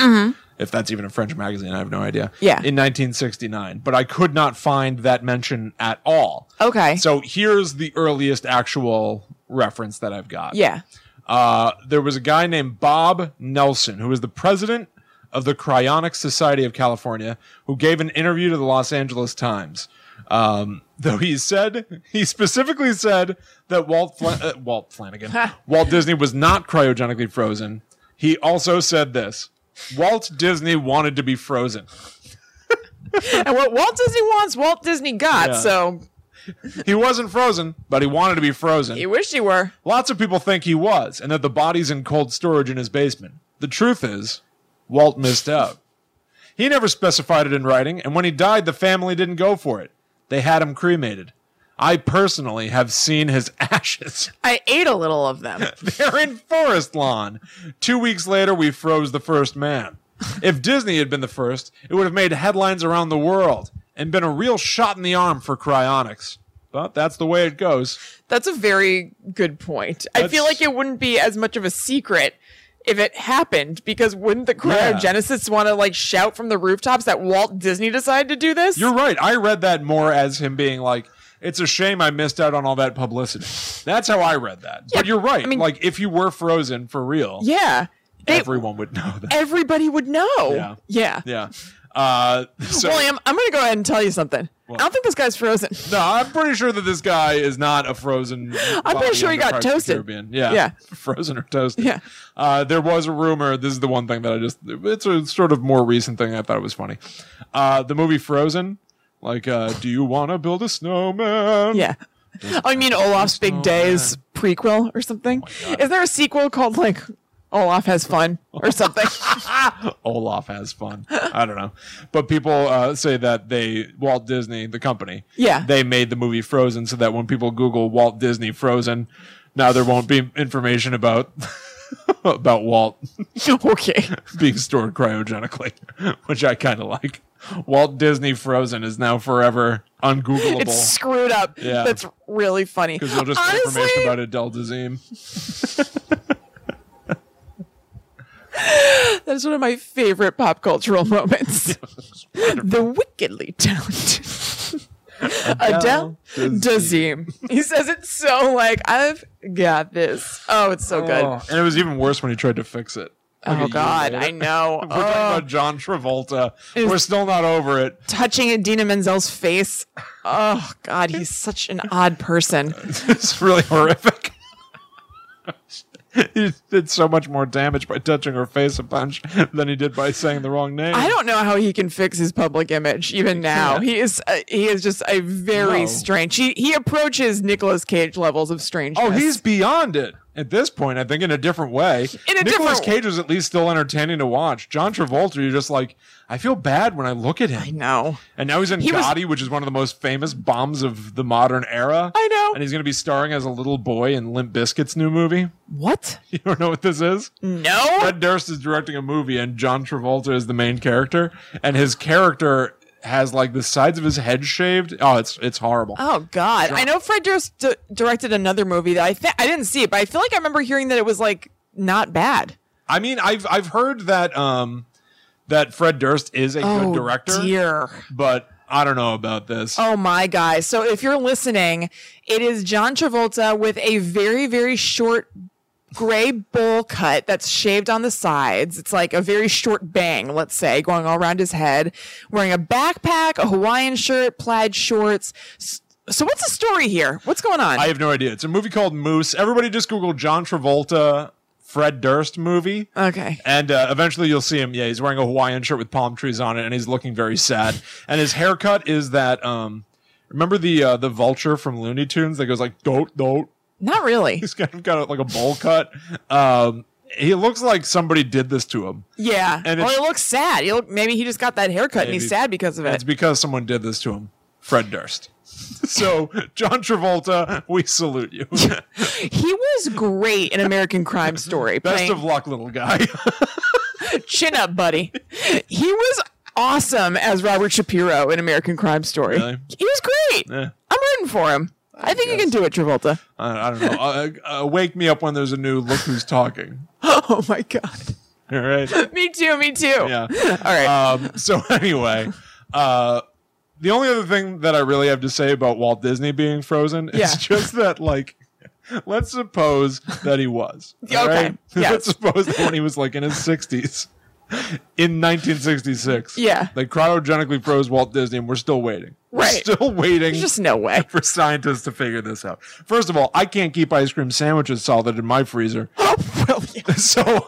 B: if that's even a French magazine, I have no idea.
A: Yeah.
B: In 1969, but I could not find that mention at all.
A: Okay.
B: So here's the earliest actual reference that I've got.
A: yeah.
B: Uh, there was a guy named Bob Nelson who was the president of the Cryonics Society of California who gave an interview to the Los Angeles Times. Um, though he said he specifically said that Walt Flan- uh, Walt Flanagan Walt Disney was not cryogenically frozen. He also said this: Walt Disney wanted to be frozen.
A: And what Walt Disney wants, Walt Disney got.
B: Yeah.
A: So
B: He wasn't frozen, but he wanted to be frozen.
A: you wish you were.
B: Lots of people think he was, and that the body's in cold storage in his basement. The truth is, Walt missed out. He never specified it in writing, and when he died, the family didn't go for it. They had him cremated. I personally have seen his ashes.
A: I ate a little of them.
B: They're in Forest Lawn. Two weeks later, we froze the first man. If Disney had been the first, it would have made headlines around the world and been a real shot in the arm for cryonics. But that's the way it goes.
A: That's a very good point. I feel
B: That's-
A: like it wouldn't be as much of a secret if it happened because wouldn't the
B: Yeah.
A: cryogenicists want to like shout from the rooftops that Walt Disney decided to do this?
B: You're right. I read that more as him being like, "It's a shame I missed out on all that publicity." That's how I read that. But
A: Yeah,
B: you're right.
A: I mean-
B: like if you were frozen for real,
A: yeah. They-
B: everyone would know that.
A: everybody would know.
B: Yeah.
A: Yeah.
B: yeah. Uh, so
A: William, I'm going to go ahead and tell you something. I don't think this guy's frozen.
B: no, I'm pretty sure that this guy is not a frozen. I'm
A: pretty sure he got toasted.
B: Yeah.
A: Yeah.
B: Frozen or toasted.
A: Yeah.
B: Uh, there was a rumor. This is the one thing that I just, it's a sort of more recent thing. I thought it was funny. Uh, the movie Frozen, like, uh, do you want to build a snowman?
A: Yeah. Oh, you mean Olaf's Big Days prequel or something?
B: Oh
A: Is there a sequel called like Olaf Has Fun or something?
B: Olaf has fun. I don't know, but people uh, say that they Walt Disney, the company,
A: Yeah.
B: they made the movie Frozen, so that when people Google Walt Disney Frozen, now there won't be information about about Walt
A: okay.
B: being stored cryogenically, which I kind of like. Walt Disney Frozen is now forever ungoogleable.
A: It's screwed up.
B: Yeah.
A: That's really funny.
B: because you'll just get information about Adele Dazeem.
A: That's one of my favorite pop cultural moments. the wickedly talented Adele
B: Dazeem.
A: Dazeem. He says it so like I've got this. Oh, it's so good.
B: Oh, and it was even worse when he tried to fix it. Like
A: Oh
B: a year
A: God,
B: later.
A: I know. Oh.
B: We're talking about John Travolta.
A: Is-
B: We're still not over it.
A: touching Dina Menzel's face. Oh God, he's such an odd person.
B: it's really horrific. he did so much more damage by touching her face a bunch than he did by saying the wrong name.
A: I don't know how he can fix his public image even now.
B: can't.
A: He is uh, he is just a very
B: No.
A: strange. He he approaches Nicolas Cage levels of strangeness.
B: Oh, he's beyond it at this point. I think in a different way.
A: In a
B: Nicolas
A: different-
B: Cage was at least still entertaining to watch. John Travolta, you're just like, I feel bad when I look at
A: I
B: him.
A: know.
B: And now he's in
A: He was-
B: Gotti, which is one of the most famous bombs of the modern era.
A: I know.
B: And he's going to be starring as a little boy in Limp Bizkit's new movie.
A: What?
B: You don't know what this is?
A: No.
B: Fred Durst is directing a movie and John Travolta is the main character, and his character has like the sides of his head shaved. Oh, it's it's horrible.
A: Oh God! I know Fred Durst d- directed another movie that I thi- I didn't see it, but I feel like I remember hearing that it was like not bad.
B: I mean, I've I've heard that um that Fred Durst is a
A: oh
B: good director,
A: dear.
B: but I don't know about this.
A: Oh my guys. So if you're listening, it is John Travolta with a very, very short gray bowl cut that's shaved on the sides. It's like a very short bang, let's say, going all around his head, wearing a backpack, a Hawaiian shirt, plaid shorts. S- So what's the story here? What's going on?
B: I have no idea. It's a movie called Moose. Everybody just Google John Travolta Fred Durst movie.
A: okay.
B: And uh, eventually you'll see him. Yeah, he's wearing a Hawaiian shirt with palm trees on it, and he's looking very sad. And his haircut is that. Um, remember the uh, the vulture from Looney Tunes that goes like dote dote.
A: Not really.
B: He's kind of got a, like a bowl cut. Um, he looks like somebody did this to him.
A: Yeah.
B: And
A: well,
B: it's-
A: he looks sad. He look, maybe he just got that haircut and he's
B: Maybe.
A: sad because of
B: It's
A: it.
B: because someone did this to him. Fred Durst. so John Travolta, we salute you.
A: He was great in American Crime Story.
B: Best
A: playing-
B: of luck, little guy.
A: chin up, buddy. He was awesome as Robert Shapiro in American Crime Story.
B: Really?
A: He was great.
B: Yeah.
A: I'm rooting for him. I, think he can do it, Travolta.
B: I, I don't know. Uh, uh, wake me up when there's a new Look Who's Talking.
A: Oh my god.
B: All right.
A: me too. Me too.
B: Yeah.
A: All right.
B: Um, so anyway, uh, the only other thing that I really have to say about Walt Disney being frozen
A: Yeah.
B: is just that, like, let's suppose that he was.
A: Okay.
B: all right?
A: Yes.
B: Let's suppose that when he was like in his sixties, in 1966.
A: Yeah.
B: They cryogenically froze Walt Disney, and we're still waiting. We're
A: Right.
B: still waiting.
A: There's just no way.
B: for scientists to figure this out. First of all, I can't keep ice cream sandwiches solid in my freezer.
A: well, yeah.
B: So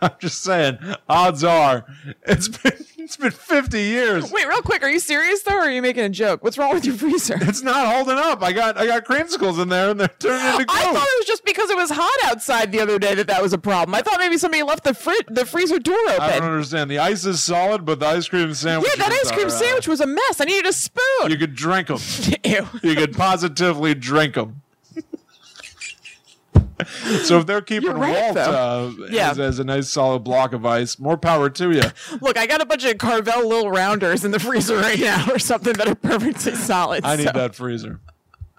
B: I'm just saying, odds are it's been it's been 50 years.
A: Wait, real quick. Are you serious though, or are you making a joke? What's wrong with your freezer?
B: It's not holding up. I got I got creamsicles in there and they're turning into
A: I
B: goo.
A: thought it was just because it was hot outside the other day that that was a problem. I thought maybe somebody left the fri- the freezer door open.
B: I don't understand. The ice is solid, but the ice cream sandwich.
A: Yeah, that
B: is
A: ice cream
B: all right.
A: sandwich was a mess. I needed a spoon.
B: You could drink them.
A: Ew.
B: You could positively drink them. so if they're keeping
A: You're right,
B: Walt uh,
A: Yeah.
B: as, as a nice solid block of ice, more power to you.
A: Look, I got a bunch of Carvel little rounders in the freezer right now, or something that are perfectly solid.
B: I need
A: so,
B: that freezer.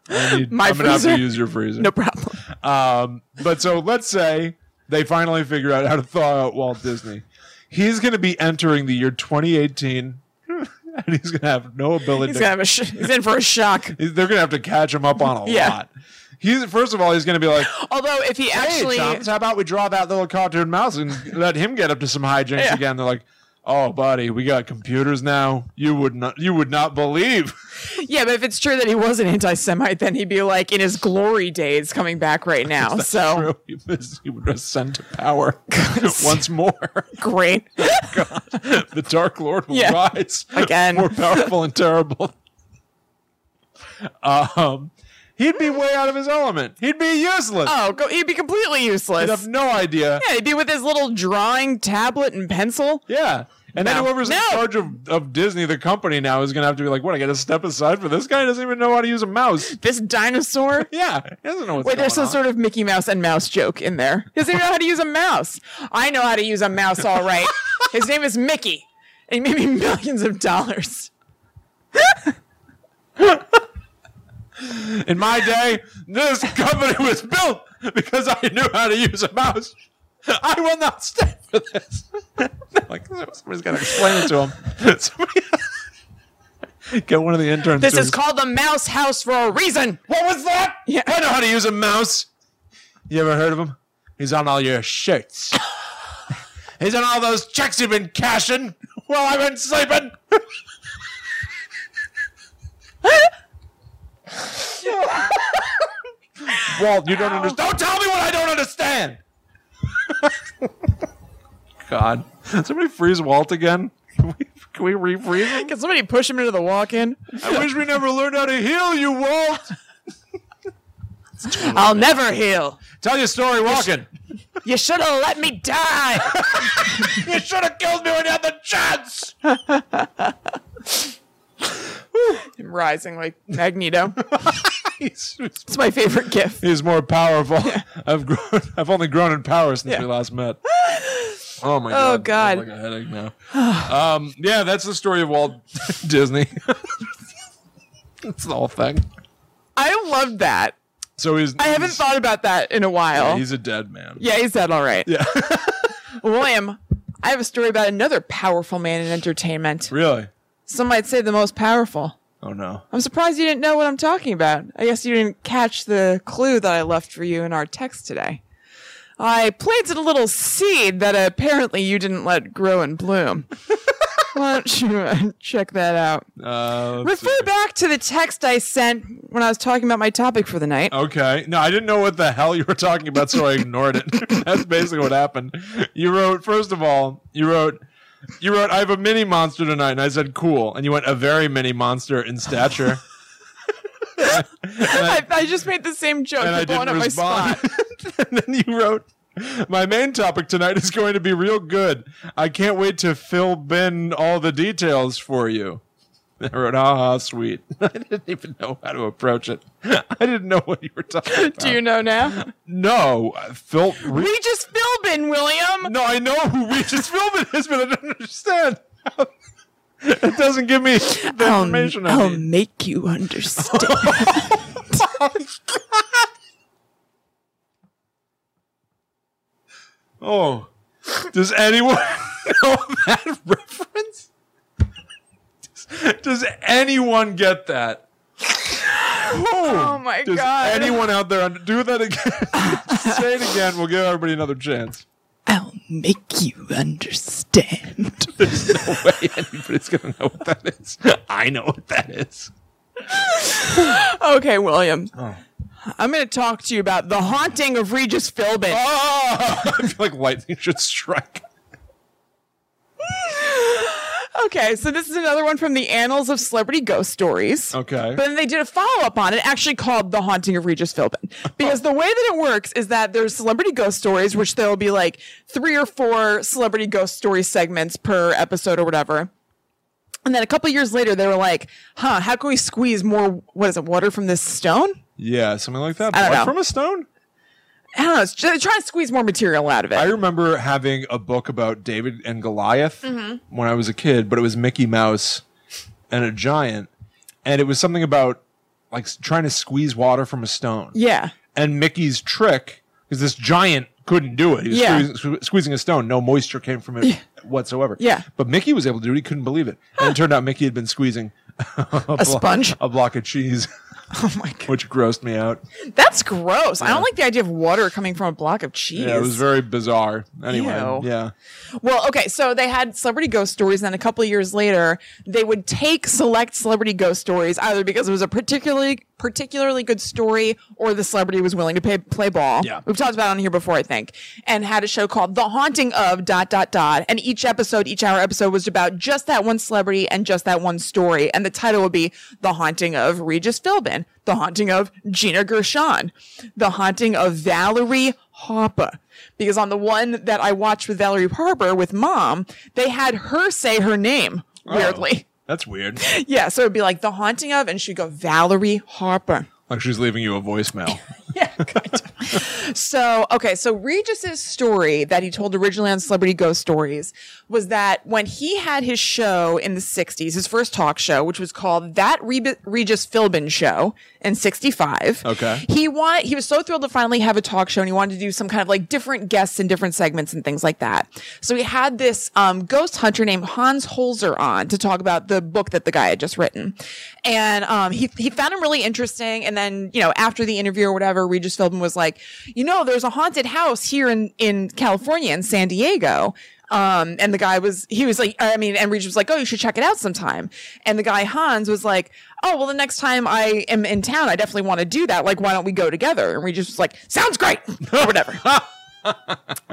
B: I need,
A: My
B: I'm gonna have to
A: freezer?
B: use your freezer.
A: No problem.
B: Um, but so let's say they finally figure out how to thaw out Walt Disney. He's going to be entering the year 2018, and he's going to have no ability.
A: He's
B: to-
A: gonna have a sh- he's in for a shock.
B: he's- they're going to have to catch him up on a
A: Yeah.
B: lot. He's first of all, he's going to be like,
A: Although, if he
B: "Hey,
A: actually,
B: Chomps, how about we draw that little cartoon mouse and let him get up to some hijinks
A: Yeah.
B: again?" They're like. Oh, buddy, we got computers now. You would not, you would not believe.
A: yeah, but if it's true that he was an anti-Semite, then he'd be like in his glory days coming back right now. So
B: True, he was- he would ascend to power once more.
A: great.
B: the Dark Lord will
A: Yeah.
B: rise
A: Again.
B: more powerful and terrible. Um, he'd be way out of his element. He'd be useless.
A: Oh, go, he'd be completely useless.
B: He'd have no idea.
A: Yeah, he'd be with his little drawing tablet and pencil.
B: Yeah. And then
A: No.
B: whoever's
A: No.
B: in charge of, of Disney, the company now, is going to have to be like, what, I got to step aside for this guy? He doesn't even know how to use a mouse.
A: This dinosaur.
B: Yeah. He doesn't know what's
A: Wait,
B: going
A: there's some
B: on.
A: sort of Mickey Mouse and mouse joke in there. He doesn't even know how to use a mouse. I know how to use a mouse, all right. His name is Mickey, and he made me millions of dollars.
B: in my day, this company was built because I knew how to use a mouse. I will not stand for this. like somebody's got to explain it to him. Somebody- Get one of the interns.
A: This
B: to-
A: is called the Mouse House for a reason.
B: What was that?
A: Yeah.
B: I know how to use a mouse. You ever heard of him? He's on all your shirts. He's on all those checks you've been cashing while I've been sleeping. Walt, you don't understand. Don't tell me what I don't understand. God, somebody freeze Walt again. Can we, can we refreeze him?
A: Can somebody push him into the walk-in?
B: I wish we never learned how to heal you, Walt.
A: I'll never heal.
B: Tell your story walking.
A: You should have let me die.
B: You should have killed me when you had the chance.
A: I'm rising like Magneto.
B: He's,
A: It's my favorite gif.
B: more powerful. I've grown. I've only grown in power since
A: Yeah.
B: we last met. Oh
A: Oh,
B: my god! I have,
A: God.
B: Like a headache now. um, yeah, that's the story of Walt Disney. that's the whole thing.
A: I love that.
B: So he's.
A: I haven't thought about that in a while.
B: He's a dead man.
A: Yeah, he's dead all right.
B: Yeah.
A: William, I have a story about another powerful man in entertainment.
B: Really?
A: Some might say the most powerful.
B: Oh no.
A: I'm surprised you didn't know what I'm talking about. I guess you didn't catch the clue that I left for you in our text today. I planted a little seed that apparently you didn't let grow and bloom. Why don't you uh, check that out?
B: Uh, let's see.
A: Refer back to the text I sent when I was talking about my topic for the night.
B: Oh, Okay. No, I didn't know what the hell you were talking about, so I ignored it. That's basically what happened. You wrote, first of all, you wrote, you wrote, I have a mini monster tonight, and I said, cool, and you went, a very mini monster in stature,
A: I, I just made the same joke.
B: and
A: You're
B: I
A: blowing up
B: didn't
A: my
B: respond.
A: spot.
B: and then you wrote, my main topic tonight is going to be real good. I can't wait to fill Ben all the details for you. I wrote, "Ha ha, sweet. I didn't even know how to approach it. I didn't know what you were talking about.
A: Do you know now?
B: no, Phil.
A: We just Philbin, William.
B: No, I know who Regis Philbin is, but I don't understand. it doesn't give me the
A: Oh,
B: information I need.
A: make you understand.
B: Oh, Does anyone know that reference? Does, does anyone get that?
A: Oh my
B: Does
A: god.
B: anyone out there under- do that again? Say it again. We'll give everybody another chance.
C: I'll make you understand.
B: Way anybody's gonna know what that is. I know what that is.
A: Okay, William. I'm going to talk to you about the haunting of Regis Philbin.
B: Oh, I feel like lightning should strike.
A: Okay, so this is another one from the Annals of Celebrity Ghost Stories.
B: Okay.
A: But then they did a follow up on it, actually called The Haunting of Regis Philbin. Because the way that it works is that there's celebrity ghost stories, which there'll be like three or four celebrity ghost story segments per episode or whatever. And then a couple years later, they were like, huh, how can we squeeze more, what is it, water from this stone?
B: Yeah, something like that.
A: I don't
B: Blood
A: know.
B: from a stone.
A: I don't know. It's just trying to squeeze more material out of it.
B: I remember having a book about David and Goliath
A: Mm-hmm.
B: when I was a kid, but it was Mickey Mouse and a giant, and it was something about like s- trying to squeeze water from a stone.
A: yeah.
B: And Mickey's trick because this giant couldn't do it. He was
A: Yeah.
B: squeezing, sque- squeezing a stone, no moisture came from it whatsoever.
A: Yeah.
B: But Mickey was able to do it. He couldn't believe it, and it turned out Mickey had been squeezing a, blo-
A: sponge?
B: a block of cheese,
A: Oh my God.
B: which grossed me out.
A: That's gross. I don't like the idea of water coming from a block of cheese.
B: Yeah, it was very bizarre. Anyway,
A: Ew.
B: yeah.
A: Well, okay, so they had celebrity ghost stories, and then a couple of years later, they would take select celebrity ghost stories either because it was a particularly particularly good story or the celebrity was willing to pay, play ball.
B: Yeah.
A: We've talked about it on here before, I think, and had a show called The Haunting of dot dot dot, and each episode, each hour episode was about just that one celebrity and just that one story, and the title would be The Haunting of Regis Philbin, The Haunting of Gina Gershon, The Haunting of Valerie Harper. Because on the one that I watched with Valerie Harper with mom, they had her say her name weirdly.
B: Oh, that's weird.
A: Yeah, so it'd be like the haunting of, and she'd go Valerie Harper.
B: Like she's leaving you a voicemail.
A: Yeah, good. so, okay, so Regis's story that he told originally on Celebrity Ghost Stories was that when he had his show in the 60s, his first talk show, which was called That Reb- Regis Philbin Show in 65.
B: Okay.
A: He wa- he was so thrilled to finally have a talk show and he wanted to do some kind of like different guests and different segments and things like that. So he had this um, ghost hunter named Hans Holzer on to talk about the book that the guy had just written. And um, he, he found him really interesting. And then, you know, after the interview or whatever, Regis Philbin was like, you know, there's a haunted house here in, in California, in San Diego. Um, and the guy was, he was like, I mean, and Regis was like, oh, you should check it out sometime. And the guy Hans was like, oh, well, the next time I am in town, I definitely want to do that. Like, why don't we go together? And Regis was like, sounds great, or whatever.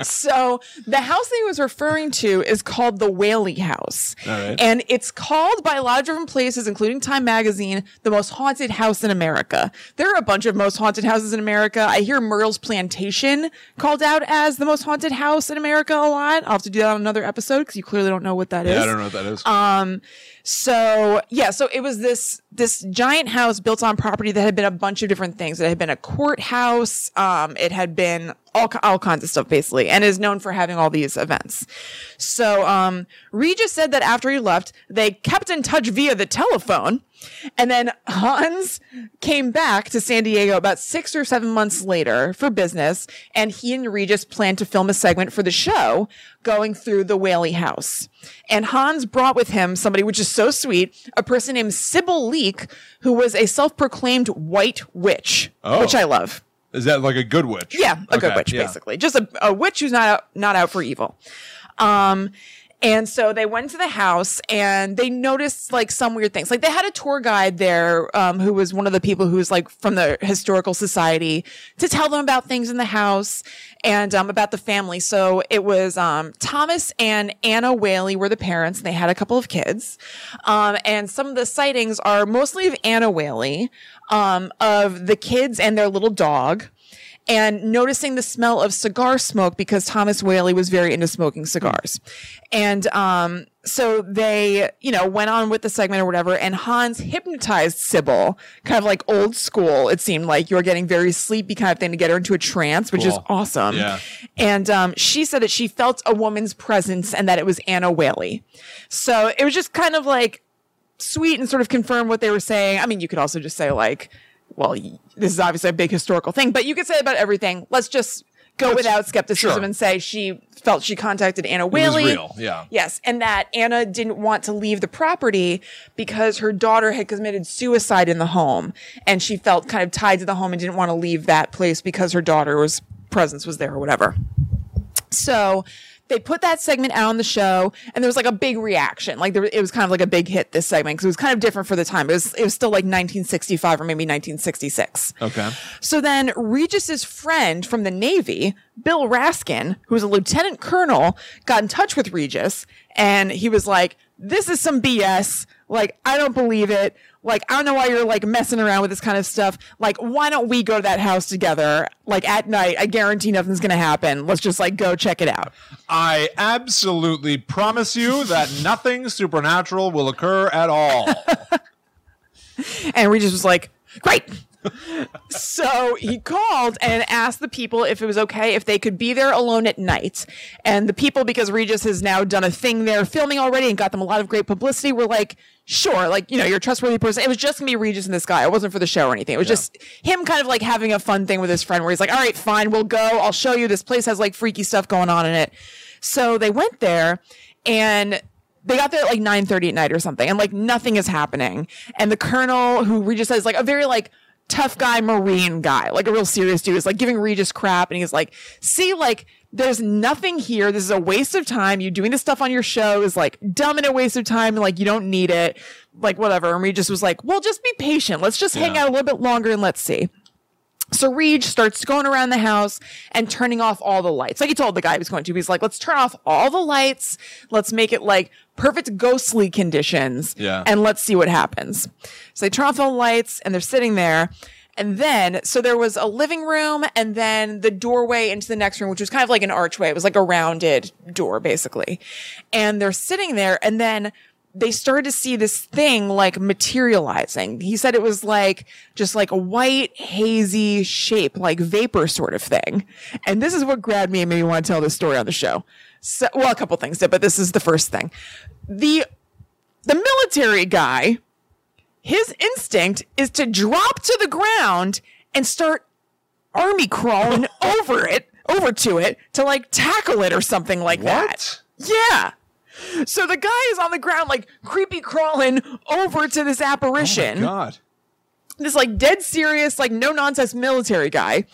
A: so the house that he was referring to is called the Whaley House.
B: All right.
A: And it's called by a lot of different places, including Time Magazine, the most haunted house in America. There are a bunch of most haunted houses in America. I hear Myrtle's Plantation called out as the most haunted house in America a lot. I'll have to do that on another episode because you clearly don't know what that is.
B: Yeah, I don't know what that is.
A: Uh, So yeah, so it was this this giant house built on property that had been a bunch of different things. It had been a courthouse. Um, it had been all ki- all kinds of stuff basically, and is known for having all these events. So um, Regis said that after he left, they kept in touch via the telephone, and then Hans came back to San Diego about six or seven months later for business, and he and Regis planned to film a segment for the show going through the Whaley house. And Hans brought with him somebody, which is so sweet, a person named Sybil Leek, who was a self proclaimed white witch,
B: Oh.
A: which I love.
B: is that like a good witch?
A: Yeah, a good
B: Okay,
A: witch,
B: yeah.
A: basically. Just a, a witch who's not out, not out for evil. Um, and so they went to the house and they noticed like some weird things. Like they had a tour guide there, um, who was one of the people who was like from the historical society to tell them about things in the house and, um, about the family. So it was, um, Thomas and Anna Whaley were the parents and they had a couple of kids. Um, and some of the sightings are mostly of Anna Whaley, um, of the kids and their little dog and noticing the smell of cigar smoke because Thomas Whaley was very into smoking cigars. And um, so they, you know, went on with the segment or whatever, and Hans hypnotized Sybil, kind of like old school, it seemed like you were getting very sleepy kind of thing to get her into a trance, which is
B: Cool.
A: awesome.
B: Yeah.
A: And um, she said that she felt a woman's presence and that it was Anna Whaley. So it was just kind of like sweet and sort of confirm what they were saying. I mean, you could also just say like, well, y- this is obviously a big historical thing, but you could say about everything. Let's just go without skepticism
B: sure.
A: and say she felt she contacted Anna Whaley.
B: real, yeah.
A: Yes, and that Anna didn't want to leave the property because her daughter had committed suicide in the home, and she felt kind of tied to the home and didn't want to leave that place because her daughter was presence was there or whatever. So they put that segment out on the show, and there was like a big reaction. Like there, it was kind of like a big hit this segment because it was kind of different for the time. It was it was still like 1965 or maybe 1966.
B: Okay.
A: So then Regis's friend from the Navy, Bill Raskin, who was a lieutenant colonel, got in touch with Regis and he was like, This is some BS. Like, I don't believe it. Like, I don't know why you're like messing around with this kind of stuff. Like, why don't we go to that house together? Like at night, I guarantee nothing's gonna happen. Let's just like go check it out.
B: I absolutely promise you that nothing supernatural will occur at all.
A: And Regis was like, Great. so he called and asked the people if it was okay if they could be there alone at night. And the people, because Regis has now done a thing there filming already and got them a lot of great publicity, were like, sure, like, you know, you're a trustworthy person. It was just me, Regis, and this guy. It wasn't for the show or anything. It was just him kind of like having a fun thing with his friend where he's like, all right, fine, we'll go. I'll show you. This place has like freaky stuff going on in it. So they went there and they got there at like 9.30 at night or something and like nothing is happening and the colonel who regis says like a very like tough guy marine guy like a real serious dude is like giving regis crap and he's like see like there's nothing here this is a waste of time you doing this stuff on your show is like dumb and a waste of time and like you don't need it like whatever and regis was like well just be patient let's just hang
B: Yeah.
A: out a little bit longer and let's see so Reed starts going around the house and turning off all the lights. Like he told the guy he was going to, he's like, let's turn off all the lights. Let's make it like perfect ghostly conditions.
B: Yeah.
A: And let's see what happens. So they turn off all the lights and they're sitting there. And then, so there was a living room and then the doorway into the next room, which was kind of like an archway. It was like a rounded door, basically. And they're sitting there and then they started to see this thing like materializing. He said it was like just like a white, hazy shape, like vapor sort of thing. And this is what grabbed me and made me want to tell this story on the show. So, well, a couple things did, but this is the first thing. The the military guy, his instinct is to drop to the ground and start army crawling over it, over to it, to like tackle it or something like that.
B: What?
A: Yeah. So the guy is on the ground, like creepy crawling over to this apparition
B: Oh God.
A: this like dead serious, like no nonsense military guy.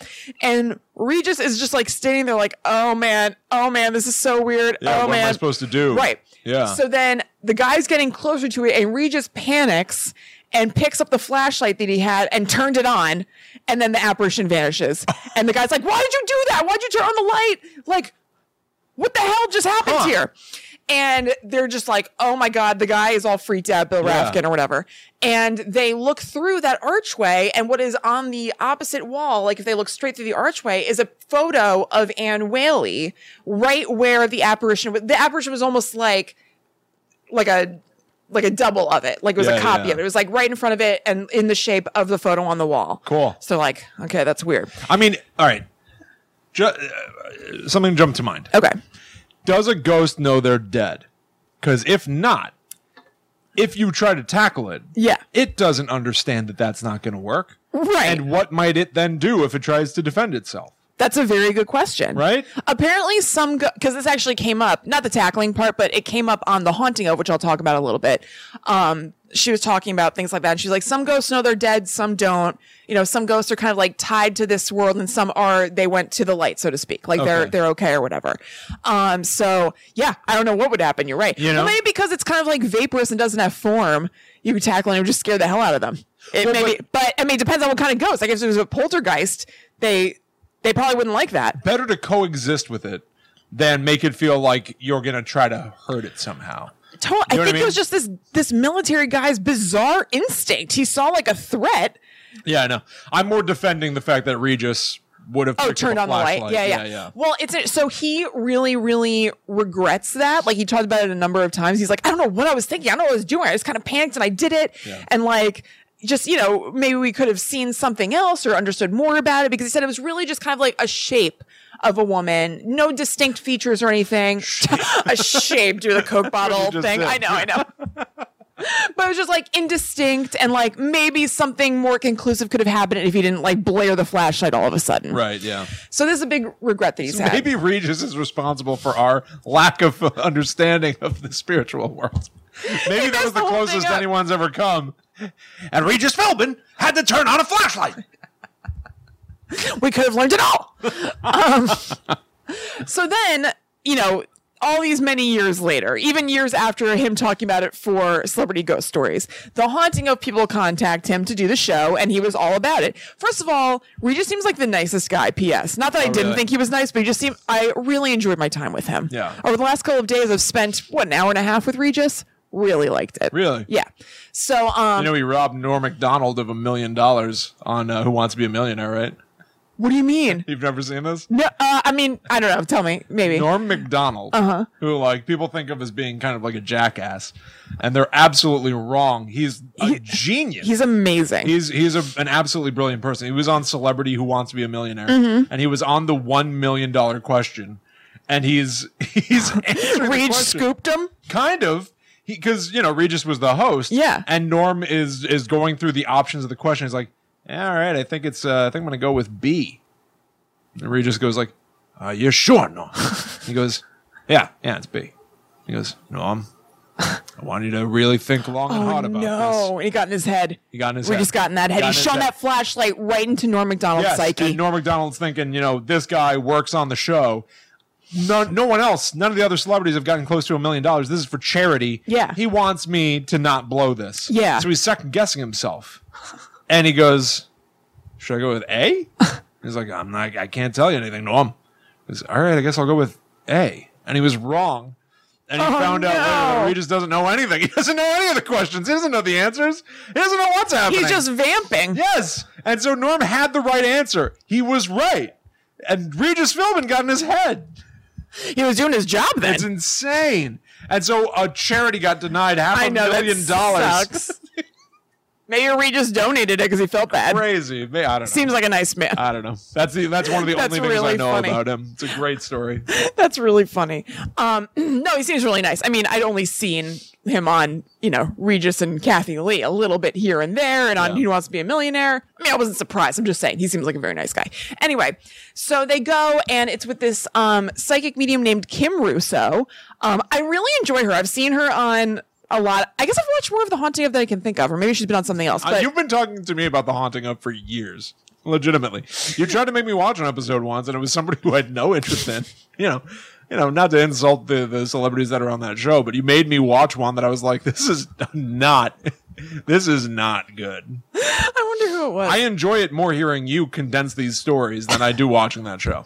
A: And Regis is just like standing there like, oh man, oh man, this is so weird.
B: Yeah,
A: oh
B: what am I
A: man.
B: supposed to do?
A: Right.
B: Yeah.
A: So then the guy's getting closer to it and Regis panics and picks up the flashlight that he had and turned it on. And then the apparition vanishes. and the guy's like, why did you do that? Why'd you turn on the light? Like, what the hell just happened
B: Huh.
A: here? And they're just like, oh my God, the guy is all freaked out, Bill
B: Yeah.
A: Rafkin or whatever. And they look through that archway, and what is on the opposite wall, like if they look straight through the archway, is a photo of Anne Whaley right where the apparition was. The apparition was almost like, like a, like a double of it. Like it was
B: Yeah,
A: a copy
B: yeah.
A: of it. It was like right in front of it and in the shape of the photo on the wall.
B: Cool.
A: So like, okay, that's weird.
B: I mean, all right. Ju- uh, something jumped to mind.
A: Okay.
B: Does a ghost know they're dead? Because if not, if you try to tackle it,
A: Yeah.
B: it doesn't understand that that's not going to work.
A: Right.
B: And what might it then do if it tries to defend itself?
A: That's a very good question.
B: Right?
A: Apparently, some, because this actually came up, not the tackling part, but it came up on the haunting of, which I'll talk about a little bit. Um, she was talking about things like that. And she's like, some ghosts know they're dead, some don't. You know, some ghosts are kind of like tied to this world, and some are, they went to the light, so to speak. Like they're,
B: Okay.
A: they're okay or whatever. Um, so yeah, I don't know what would happen. You're right.
B: You know?
A: Well, maybe because it's kind of like vaporous and doesn't have form, you could tackle and it would just scare the hell out of them. It
B: Well,
A: maybe, but, I mean, it depends on what kind of ghost. I guess if it was a poltergeist, they, they probably wouldn't like that.
B: Better to coexist with it than make it feel like you're going to try to hurt it somehow.
A: Tot- I
B: You know what I
A: think it
B: mean?
A: was just this this military guy's bizarre instinct. He saw like a threat.
B: Yeah, I know. I'm more defending the fact that Regis would have
A: Oh,
B: picked up
A: turned
B: a
A: on the light.
B: flashlight.
A: Yeah, yeah,
B: yeah.
A: Well, it's so he really, really regrets that. Like he talked about it a number of times. He's like, I don't know what I was thinking. I don't know what I was doing. I just kind of panicked and I did it.
B: Yeah.
A: And like, just you know, maybe we could have seen something else or understood more about it because he said it was really just kind of like a shape of a woman, no distinct features or anything. a shape, do the Coke bottle
B: just
A: thing.
B: said.
A: I know, I know. but it was just like indistinct and like maybe something more conclusive could have happened if he didn't like blare the flashlight all of a sudden.
B: Right, yeah.
A: So this is a big regret that he's had.
B: Maybe Regis is responsible for our lack of uh, understanding of the spiritual world. Maybe that
A: messed
B: was
A: the
B: the
A: whole thing
B: closest
A: up.
B: anyone's ever come. And Regis Philbin had to turn on a flashlight.
A: we could have learned it all. Um, so then, you know, all these many years later, even years after him talking about it for Celebrity Ghost Stories, the haunting of people contact him to do the show, and he was all about it. First of all, Regis seems like the nicest guy. P.S. Not that I didn't
B: Oh, really?
A: think he was nice, but he just seemed. I really enjoyed my time with him.
B: Yeah.
A: Over the last couple of days, I've spent what an hour and a half with Regis. Really liked it.
B: Really?
A: Yeah. So, um,
B: You know, he robbed Norm MacDonald of a million dollars on uh, Who Wants to Be a Millionaire, right?
A: what do you mean?
B: You've never seen this?
A: No, uh, I mean, I don't know. Tell me, maybe.
B: Norm MacDonald,
A: Uh-huh.
B: who like people think of as being kind of like a jackass, and they're absolutely wrong. He's a genius.
A: He's amazing.
B: He's he's a, an absolutely brilliant person. He was on Celebrity Who Wants to Be a Millionaire,
A: Mm-hmm.
B: and he was on the one million dollar question, and he's he's answering the
A: Reed
B: question.
A: scooped him.
B: kind of because you know Regis was the host,
A: Yeah.
B: and Norm is is going through the options of the question. He's like, "Yeah, all right, I think it's uh, I think I'm gonna go with B. And Regis goes like, uh, "You're sure, Norm?" he goes, "Yeah, yeah, it's B." He goes, "Norm, I want you to really think long and hard about this."
A: Oh, no, and he got in his head.
B: He got in his
A: we
B: head.
A: just got in that head.
B: Got
A: he
B: in his
A: shone
B: head.
A: that flashlight right into Norm McDonald's
B: Yes,
A: psyche.
B: and Norm Macdonald's thinking, you know, this guy works on the show. No, no one else, none of the other celebrities have gotten close to a million dollars. This is for charity.
A: Yeah.
B: He wants me to not blow this.
A: Yeah.
B: So he's second guessing himself. And he goes, Should I go with A? He's like, I'm not, I can't tell you anything, Norm. He goes, All right, I guess I'll go with A. And he was wrong. And he
A: Oh,
B: found out later that
A: no.
B: he just doesn't know anything. He doesn't know any of the questions. He doesn't know the answers. He doesn't know what's happening.
A: He's just vamping.
B: Yes. And so Norm had the right answer. He was right. And Regis Philbin got in his head.
A: He was doing his job then.
B: It's insane. And so a charity got denied half
A: I
B: a
A: know that
B: million dollars.
A: sucks. Maybe Reed just donated it because he felt bad.
B: Crazy. May- I don't know.
A: Seems like a nice man.
B: I don't know. That's the that's one of the
A: That's
B: only things I
A: really
B: know
A: funny.
B: about him. It's a great story.
A: That's really funny. Um, no, he seems really nice. I mean, I'd only seen him on, you know, Regis and Kathy Lee a little bit here and there and on
B: Yeah.
A: Who Wants to Be a Millionaire. I mean, I wasn't surprised. I'm just saying he seems like a very nice guy. Anyway, so they go and it's with this um, psychic medium named Kim Russo. Um, I really enjoy her. I've seen her on a lot. I guess I've watched more of The Haunting of that I can think of, or maybe she's been on something else.
B: Uh,
A: But
B: You've been talking to me about the haunting up for years. Legitimately. You tried to make me watch an episode once and it was somebody who I had no interest in. You know. You know, not to insult the, the celebrities that are on that show, but you made me watch one that I was like, this is not this is not good.
A: I wonder who it was.
B: I enjoy it more hearing you condense these stories than I do watching that show.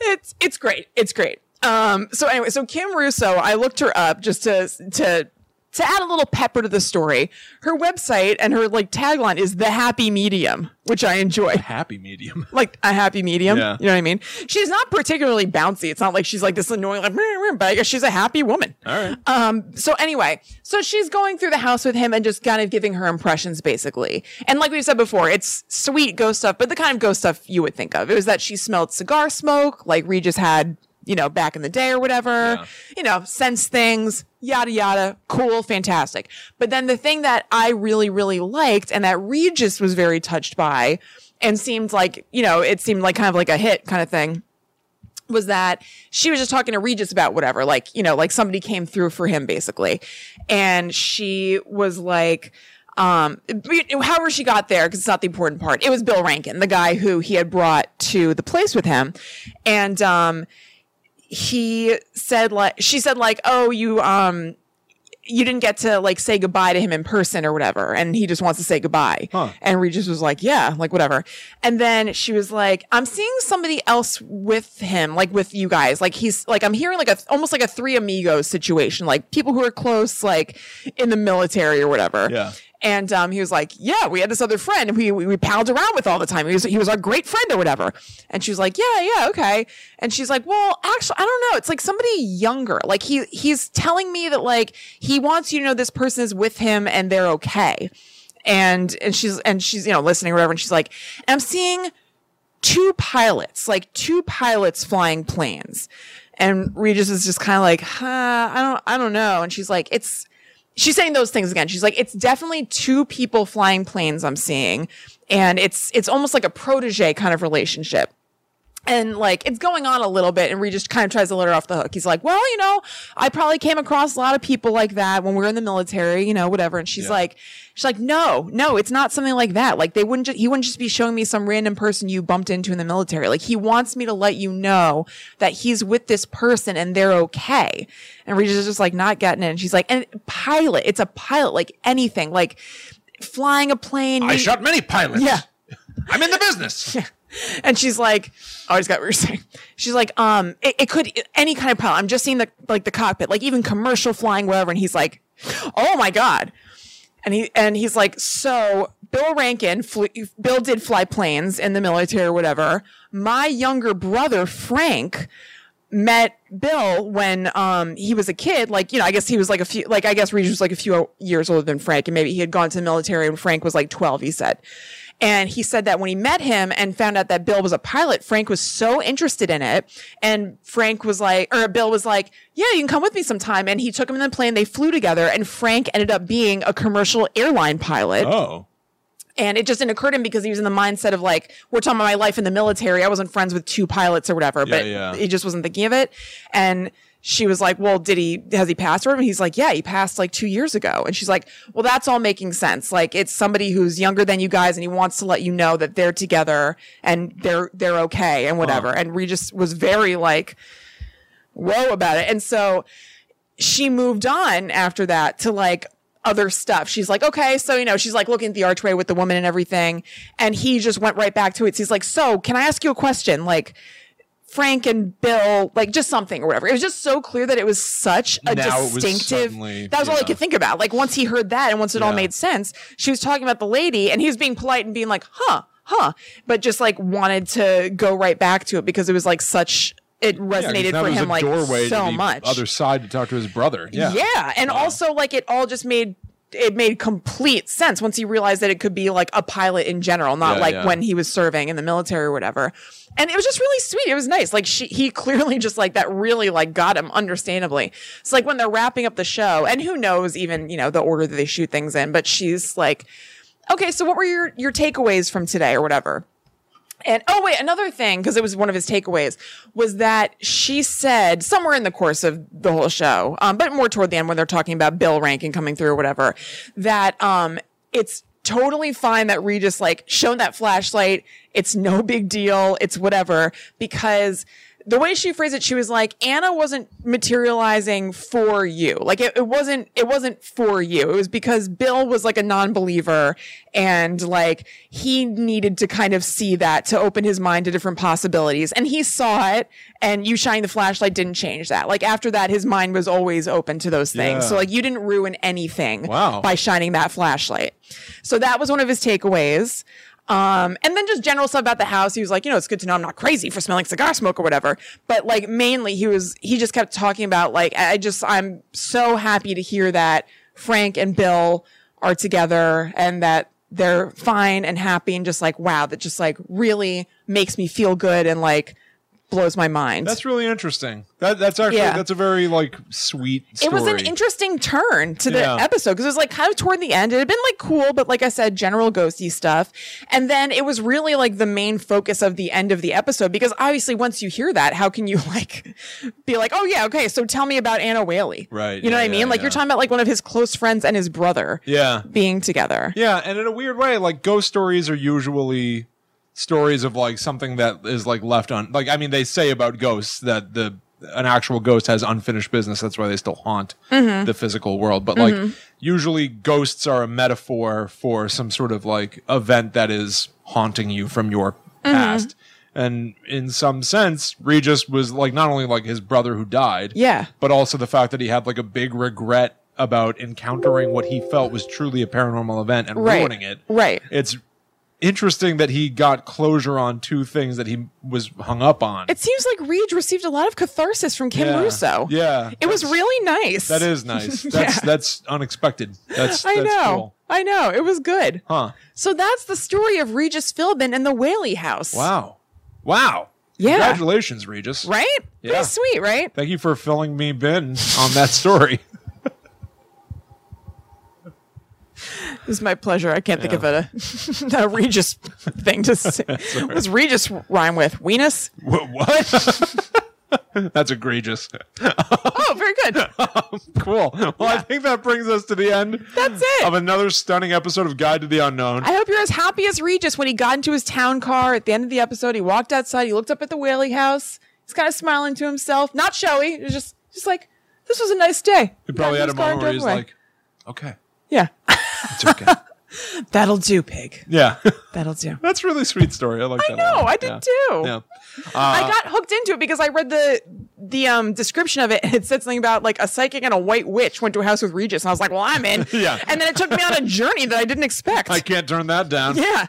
A: it's it's great. It's great. Um. So anyway, so Kim Russo, I looked her up just to to to add a little pepper to the story. Her website and her like tagline is the happy medium, which I enjoy.
B: Happy medium.
A: Like a happy medium.
B: Yeah.
A: You know what I mean? She's not particularly bouncy. It's not like she's like this annoying like, "Meow, meow," but I guess she's a happy woman.
B: All right.
A: Um, so anyway, so she's going through the house with him and just kind of giving her impressions basically. And like we've said before, it's sweet ghost stuff, but the kind of ghost stuff you would think of. It was that she smelled cigar smoke, like Regis had, you know, back in the day or whatever,
B: Yeah.
A: you know, sense things, yada, yada. Cool, fantastic. But then the thing that I really, really liked and that Regis was very touched by and seemed like, you know, it seemed like kind of like a hit kind of thing was that she was just talking to Regis about whatever, like, you know, like somebody came through for him basically. And she was like, um, however she got there, because it's not the important part. It was Bill Rankin, the guy who he had brought to the place with him. And, um, he said like, she said like, oh, you, um, you didn't get to like say goodbye to him in person or whatever. And he just wants to say goodbye.
B: Huh.
A: And Regis was like, yeah, like whatever. And then she was like, I'm seeing somebody else with him, like with you guys. Like he's like, I'm hearing like a, almost like a three amigos situation, like people who are close, like in the military or whatever.
B: Yeah.
A: And um, he was like, "Yeah, we had this other friend, and we we, we palled around with all the time. He was he was our great friend or whatever." And she was like, "Yeah, yeah, okay." And she's like, "Well, actually, I don't know. It's like somebody younger. Like he he's telling me that like he wants you to know this person is with him and they're okay." And and she's and she's you know listening or whatever, and she's like, "I'm seeing." two pilots, like two pilots flying planes. And Regis is just kind of like, huh, I don't, I don't know. And she's like, it's, she's saying those things again. She's like, it's definitely two people flying planes I'm seeing. And it's it's almost like a protege kind of relationship. And like it's going on a little bit, and Reed just kind of tries to let her off the hook. He's like, Well, you know, I probably came across a lot of people like that when we were in the military, you know, whatever. And she's
B: Yeah.
A: like, She's like, No, no, it's not something like that. Like they wouldn't just he wouldn't just be showing me some random person you bumped into in the military. Like he wants me to let you know that he's with this person and they're okay. And Reed is just like not getting it. And she's like, and pilot, it's a pilot, like anything, like flying a plane.
B: I
A: maybe-
B: shot many pilots.
A: Yeah.
B: I'm in the business.
A: and she's like, oh, I just got what you're saying. She's like, um, it, it could any kind of pilot. I'm just seeing the like the cockpit, like even commercial flying, whatever. And he's like, oh my god. And he and he's like, so Bill Rankin, flew, Bill did fly planes in the military or whatever. My younger brother Frank met Bill when um he was a kid. Like you know, I guess he was like a few, like I guess Regis was like a few years older than Frank, and maybe he had gone to the military and Frank was like twelve. He said. And he said that when he met him and found out that Bill was a pilot, Frank was so interested in it. And Frank was like, or Bill was like, yeah, you can come with me sometime. And he took him in the plane. They flew together and Frank ended up being a commercial airline pilot.
B: Oh.
A: And it just didn't occur to him because he was in the mindset of like, we're talking about my life in the military. I wasn't friends with two pilots or whatever, but
B: yeah.
A: he just wasn't thinking of it. And she was like, well, did he, has he passed or whatever? And he's like, yeah, he passed like two years ago. And she's like, well, that's all making sense. Like it's somebody who's younger than you guys and he wants to let you know that they're together and they're, they're okay and whatever. And Regis was very like, whoa about it. And so she moved on after that to like other stuff. She's like, okay, so you know, she's like looking at the archway with the woman and everything. And he just went right back to it. So he's like, so can I ask you a question? Like Frank and Bill, like just something or whatever. It was just so clear that it was such a
B: Now it was
A: distinctive.
B: suddenly-
A: that was all I
B: yeah.
A: could think about. Like once he heard that and once it all
B: Yeah.
A: made sense, she was talking about the lady and he was being polite and being like, huh, huh. But just like wanted to go right back to it because it was like such it
B: Yeah, 'cause
A: resonated
B: now
A: for
B: there's
A: him
B: a
A: like
B: doorway
A: so
B: to the
A: much.
B: Other side to talk to his brother. Yeah.
A: and also like it all just made it made complete sense once he realized that it could be like a pilot in general, not
B: Yeah,
A: like
B: yeah.
A: when he was serving in the military or whatever. And it was just really sweet. It was nice. Like she, he clearly just like that really like got him, understandably. It's like when they're wrapping up the show, and who knows even you know the order that they shoot things in. But she's like, okay, so what were your your takeaways from today or whatever? And oh wait, another thing because it was one of his takeaways was that she said somewhere in the course of the whole show, um, but more toward the end when they're talking about Bill Rankin coming through or whatever, that um, it's totally fine that Regis like shone that flashlight. It's no big deal. It's whatever because. The way she phrased it, she was like, Anna wasn't materializing for you. Like it, it wasn't, it wasn't for you. It was because Bill was like a non-believer and like he needed to kind of see that to open his mind to different possibilities. And he saw it and you shining the flashlight didn't change that. Like after that, his mind was always open to those things.
B: Yeah.
A: So like you didn't ruin anything
B: Wow.
A: by shining that flashlight. So that was one of his takeaways. Um, and then just general stuff about the house. He was like, you know, it's good to know I'm not crazy for smelling cigar smoke or whatever. But like mainly he was, he just kept talking about like, I I just, I'm so happy to hear that Frank and Bill are together and that they're fine and happy and just like, wow, that just like really makes me feel good and like blows my mind.
B: That's really interesting. That that's actually
A: Yeah.
B: that's a very like sweet story.
A: it was an interesting turn to the
B: Yeah.
A: episode because it was like kind of toward the end. It had been like cool, but like I said, general ghosty stuff. And then it was really like the main focus of the end of the episode because obviously once you hear that, how can you like be like, oh yeah, okay, so tell me about Anna Whaley,
B: Right,
A: You know
B: yeah,
A: what I mean?
B: yeah,
A: like you're
B: yeah.
A: talking about like one of his close friends and his brother,
B: Yeah.
A: being together.
B: Yeah, and in a weird way, like ghost stories are usually stories of like something that is like left on. Like, I mean, they say about ghosts that the an actual ghost has unfinished business. That's why they still haunt
A: Mm-hmm.
B: the physical world. But like, usually ghosts are a metaphor for some sort of like event that is haunting you from your
A: Mm-hmm.
B: past. And in some sense, Regis was like not only like his brother who died,
A: Yeah.
B: but also the fact that he had like a big regret about encountering what he felt was truly a paranormal event and
A: Right.
B: ruining it.
A: Right.
B: It's interesting that he got closure on two things that he was hung up on.
A: It seems like Reed received a lot of catharsis from Kim
B: yeah.
A: Russo.
B: Yeah.
A: It was really nice.
B: That is nice. That's that's unexpected. That's
A: I
B: that's
A: know.
B: cool.
A: I know. It was good.
B: Huh.
A: So that's the story of Regis Philbin and the Whaley House.
B: Wow. Wow.
A: Yeah.
B: Congratulations, Regis.
A: Right?
B: Yeah.
A: Pretty sweet, right?
B: Thank you for filling me in on that story.
A: It's my pleasure. I can't think of a, a Regis thing to say. What's Regis rhyme with? Weenus?
B: Wha- What? That's egregious.
A: Oh, very good.
B: Cool. Well, I think that brings us to the end
A: That's it.
B: of another stunning episode of Guide to the Unknown.
A: I hope you're as happy as Regis when he got into his town car at the end of the episode. He walked outside. He looked up at the Whaley house. He's kind of smiling to himself. Not showy. It was just, just like, this was a nice day.
B: He probably
A: Got
B: had
A: in his
B: a
A: car and
B: moment where
A: drove
B: he's
A: away.
B: like, okay,
A: yeah,
B: it's okay.
A: that'll do, pig.
B: yeah.
A: That'll do.
B: That's a really sweet story. I like that. a
A: know,
B: lot.
A: I did
B: Yeah.
A: too.
B: Yeah.
A: I
B: Uh,
A: got hooked into it because I read the the um, description of it and it said something about like a psychic and a white witch went to a house with Regis and I was like, well, I'm in.
B: Yeah.
A: And then it took me on a journey that I didn't expect.
B: I can't turn that down.
A: yeah.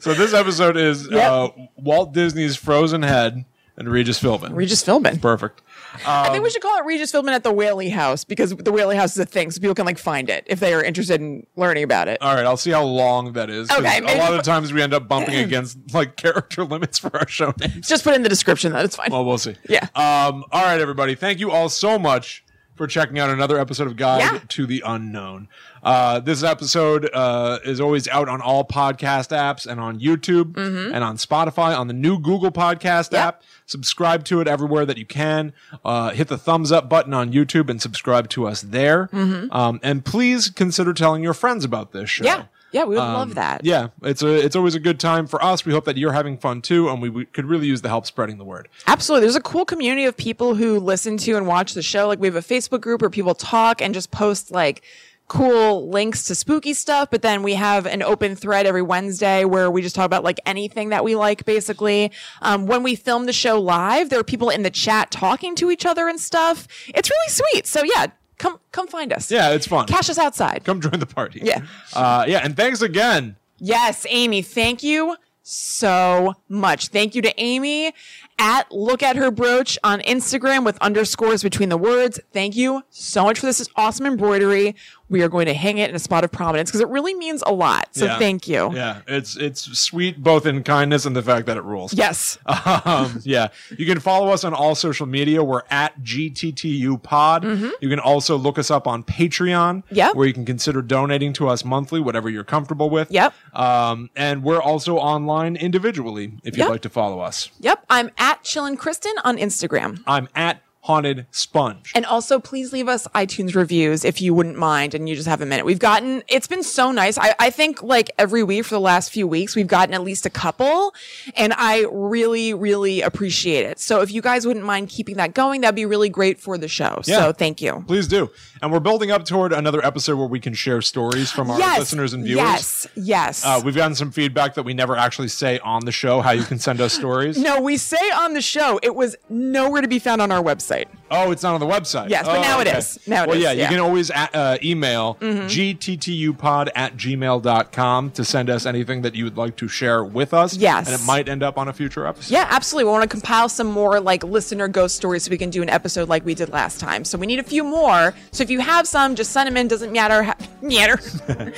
B: So this episode is
A: Yep.
B: uh, Walt Disney's Frozen Head and Regis Philbin.
A: Regis Philbin.
B: Perfect.
A: I think we should call it Regis Philbin at the Whaley House because the Whaley House is a thing, so people can like find it if they are interested in learning about it.
B: All right, I'll see how long that is. 'cause
A: Okay,
B: a
A: maybe-
B: lot of times we end up bumping against like character limits for our show names.
A: Just put in the description that it's fine.
B: Well, we'll see.
A: Yeah.
B: Um, all right, everybody. Thank you all so much for checking out another episode of Guide
A: Yeah.
B: to the Unknown. Uh, this episode uh, is always out on all podcast apps and on YouTube
A: Mm-hmm.
B: and on Spotify, on the new Google Podcast
A: Yep.
B: app. Subscribe to it everywhere that you can. Uh, hit the thumbs up button on YouTube and subscribe to us there. Um, and please consider telling your friends about this show.
A: Mm-hmm. yeah. Yeah, we would
B: Um,
A: love that.
B: Yeah, it's a it's always a good time for us. We hope that you're having fun too, and we, we could really use the help spreading the word.
A: Absolutely. There's a cool community of people who listen to and watch the show. Like we have a Facebook group where people talk and just post like cool links to spooky stuff. But then we have an open thread every Wednesday where we just talk about like anything that we like basically. Um, when we film the show live, there are people in the chat talking to each other and stuff. It's really sweet. So yeah, come, come find us.
B: Yeah, it's fun.
A: Cash us outside.
B: Come join the party.
A: Yeah.
B: Uh, yeah, and thanks again.
A: Yes, Amy, thank you so much. Thank you to Amy at Look at Her Brooch on Instagram with underscores between the words. Thank you so much for this awesome embroidery. We are going to hang it in a spot of prominence because it really means a lot. So
B: Yeah.
A: thank you.
B: Yeah, it's it's sweet both in kindness and the fact that it rules.
A: Yes.
B: Um, yeah. You can follow us on all social media. We're at GTTU Pod. You can also look us up on Patreon,
A: Mm-hmm. Yep.
B: where you can consider donating to us monthly, whatever you're comfortable with.
A: Yep.
B: Um, and we're also online individually if you'd
A: Yep.
B: like to follow us.
A: Yep. I'm at Chillin' Kristen on Instagram.
B: I'm at Haunted Sponge.
A: And also, please leave us iTunes reviews if you wouldn't mind and you just have a minute. We've gotten, it's been so nice. I, I think like every week for the last few weeks, we've gotten at least a couple and I really, really appreciate it. So if you guys wouldn't mind keeping that going, that'd be really great for the show.
B: Yeah.
A: So thank you.
B: Please do. And we're building up toward another episode where we can share stories from our listeners and viewers.
A: Yes. Yes.
B: Uh, we've gotten some feedback that we never actually say on the show how you can send us stories.
A: no, we say on the show, it was nowhere to be found on our website.
B: Oh, it's not on the website.
A: Yes, but
B: Oh,
A: now it
B: okay.
A: is. Now it
B: well,
A: is,
B: yeah, you
A: yeah. Mm-hmm.
B: can always a- uh, email gttupod at gmail.com to send us anything that you would like to share with us.
A: Yes.
B: And it might end up on a future episode.
A: Yeah, absolutely. We want to compile some more like listener ghost stories so we can do an episode like we did last time. So we need a few more. So if you have some, just send them in. Doesn't matter how matter.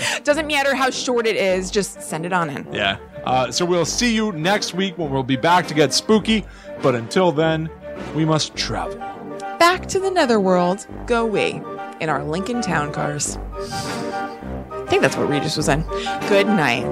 A: Doesn't matter how short it is. Just send it on in.
B: Yeah. Uh, so we'll see you next week when we'll be back to get spooky. But until then, we must travel.
A: Back to the netherworld go we in our Lincoln Town cars. I think that's what Regis was in. Good night.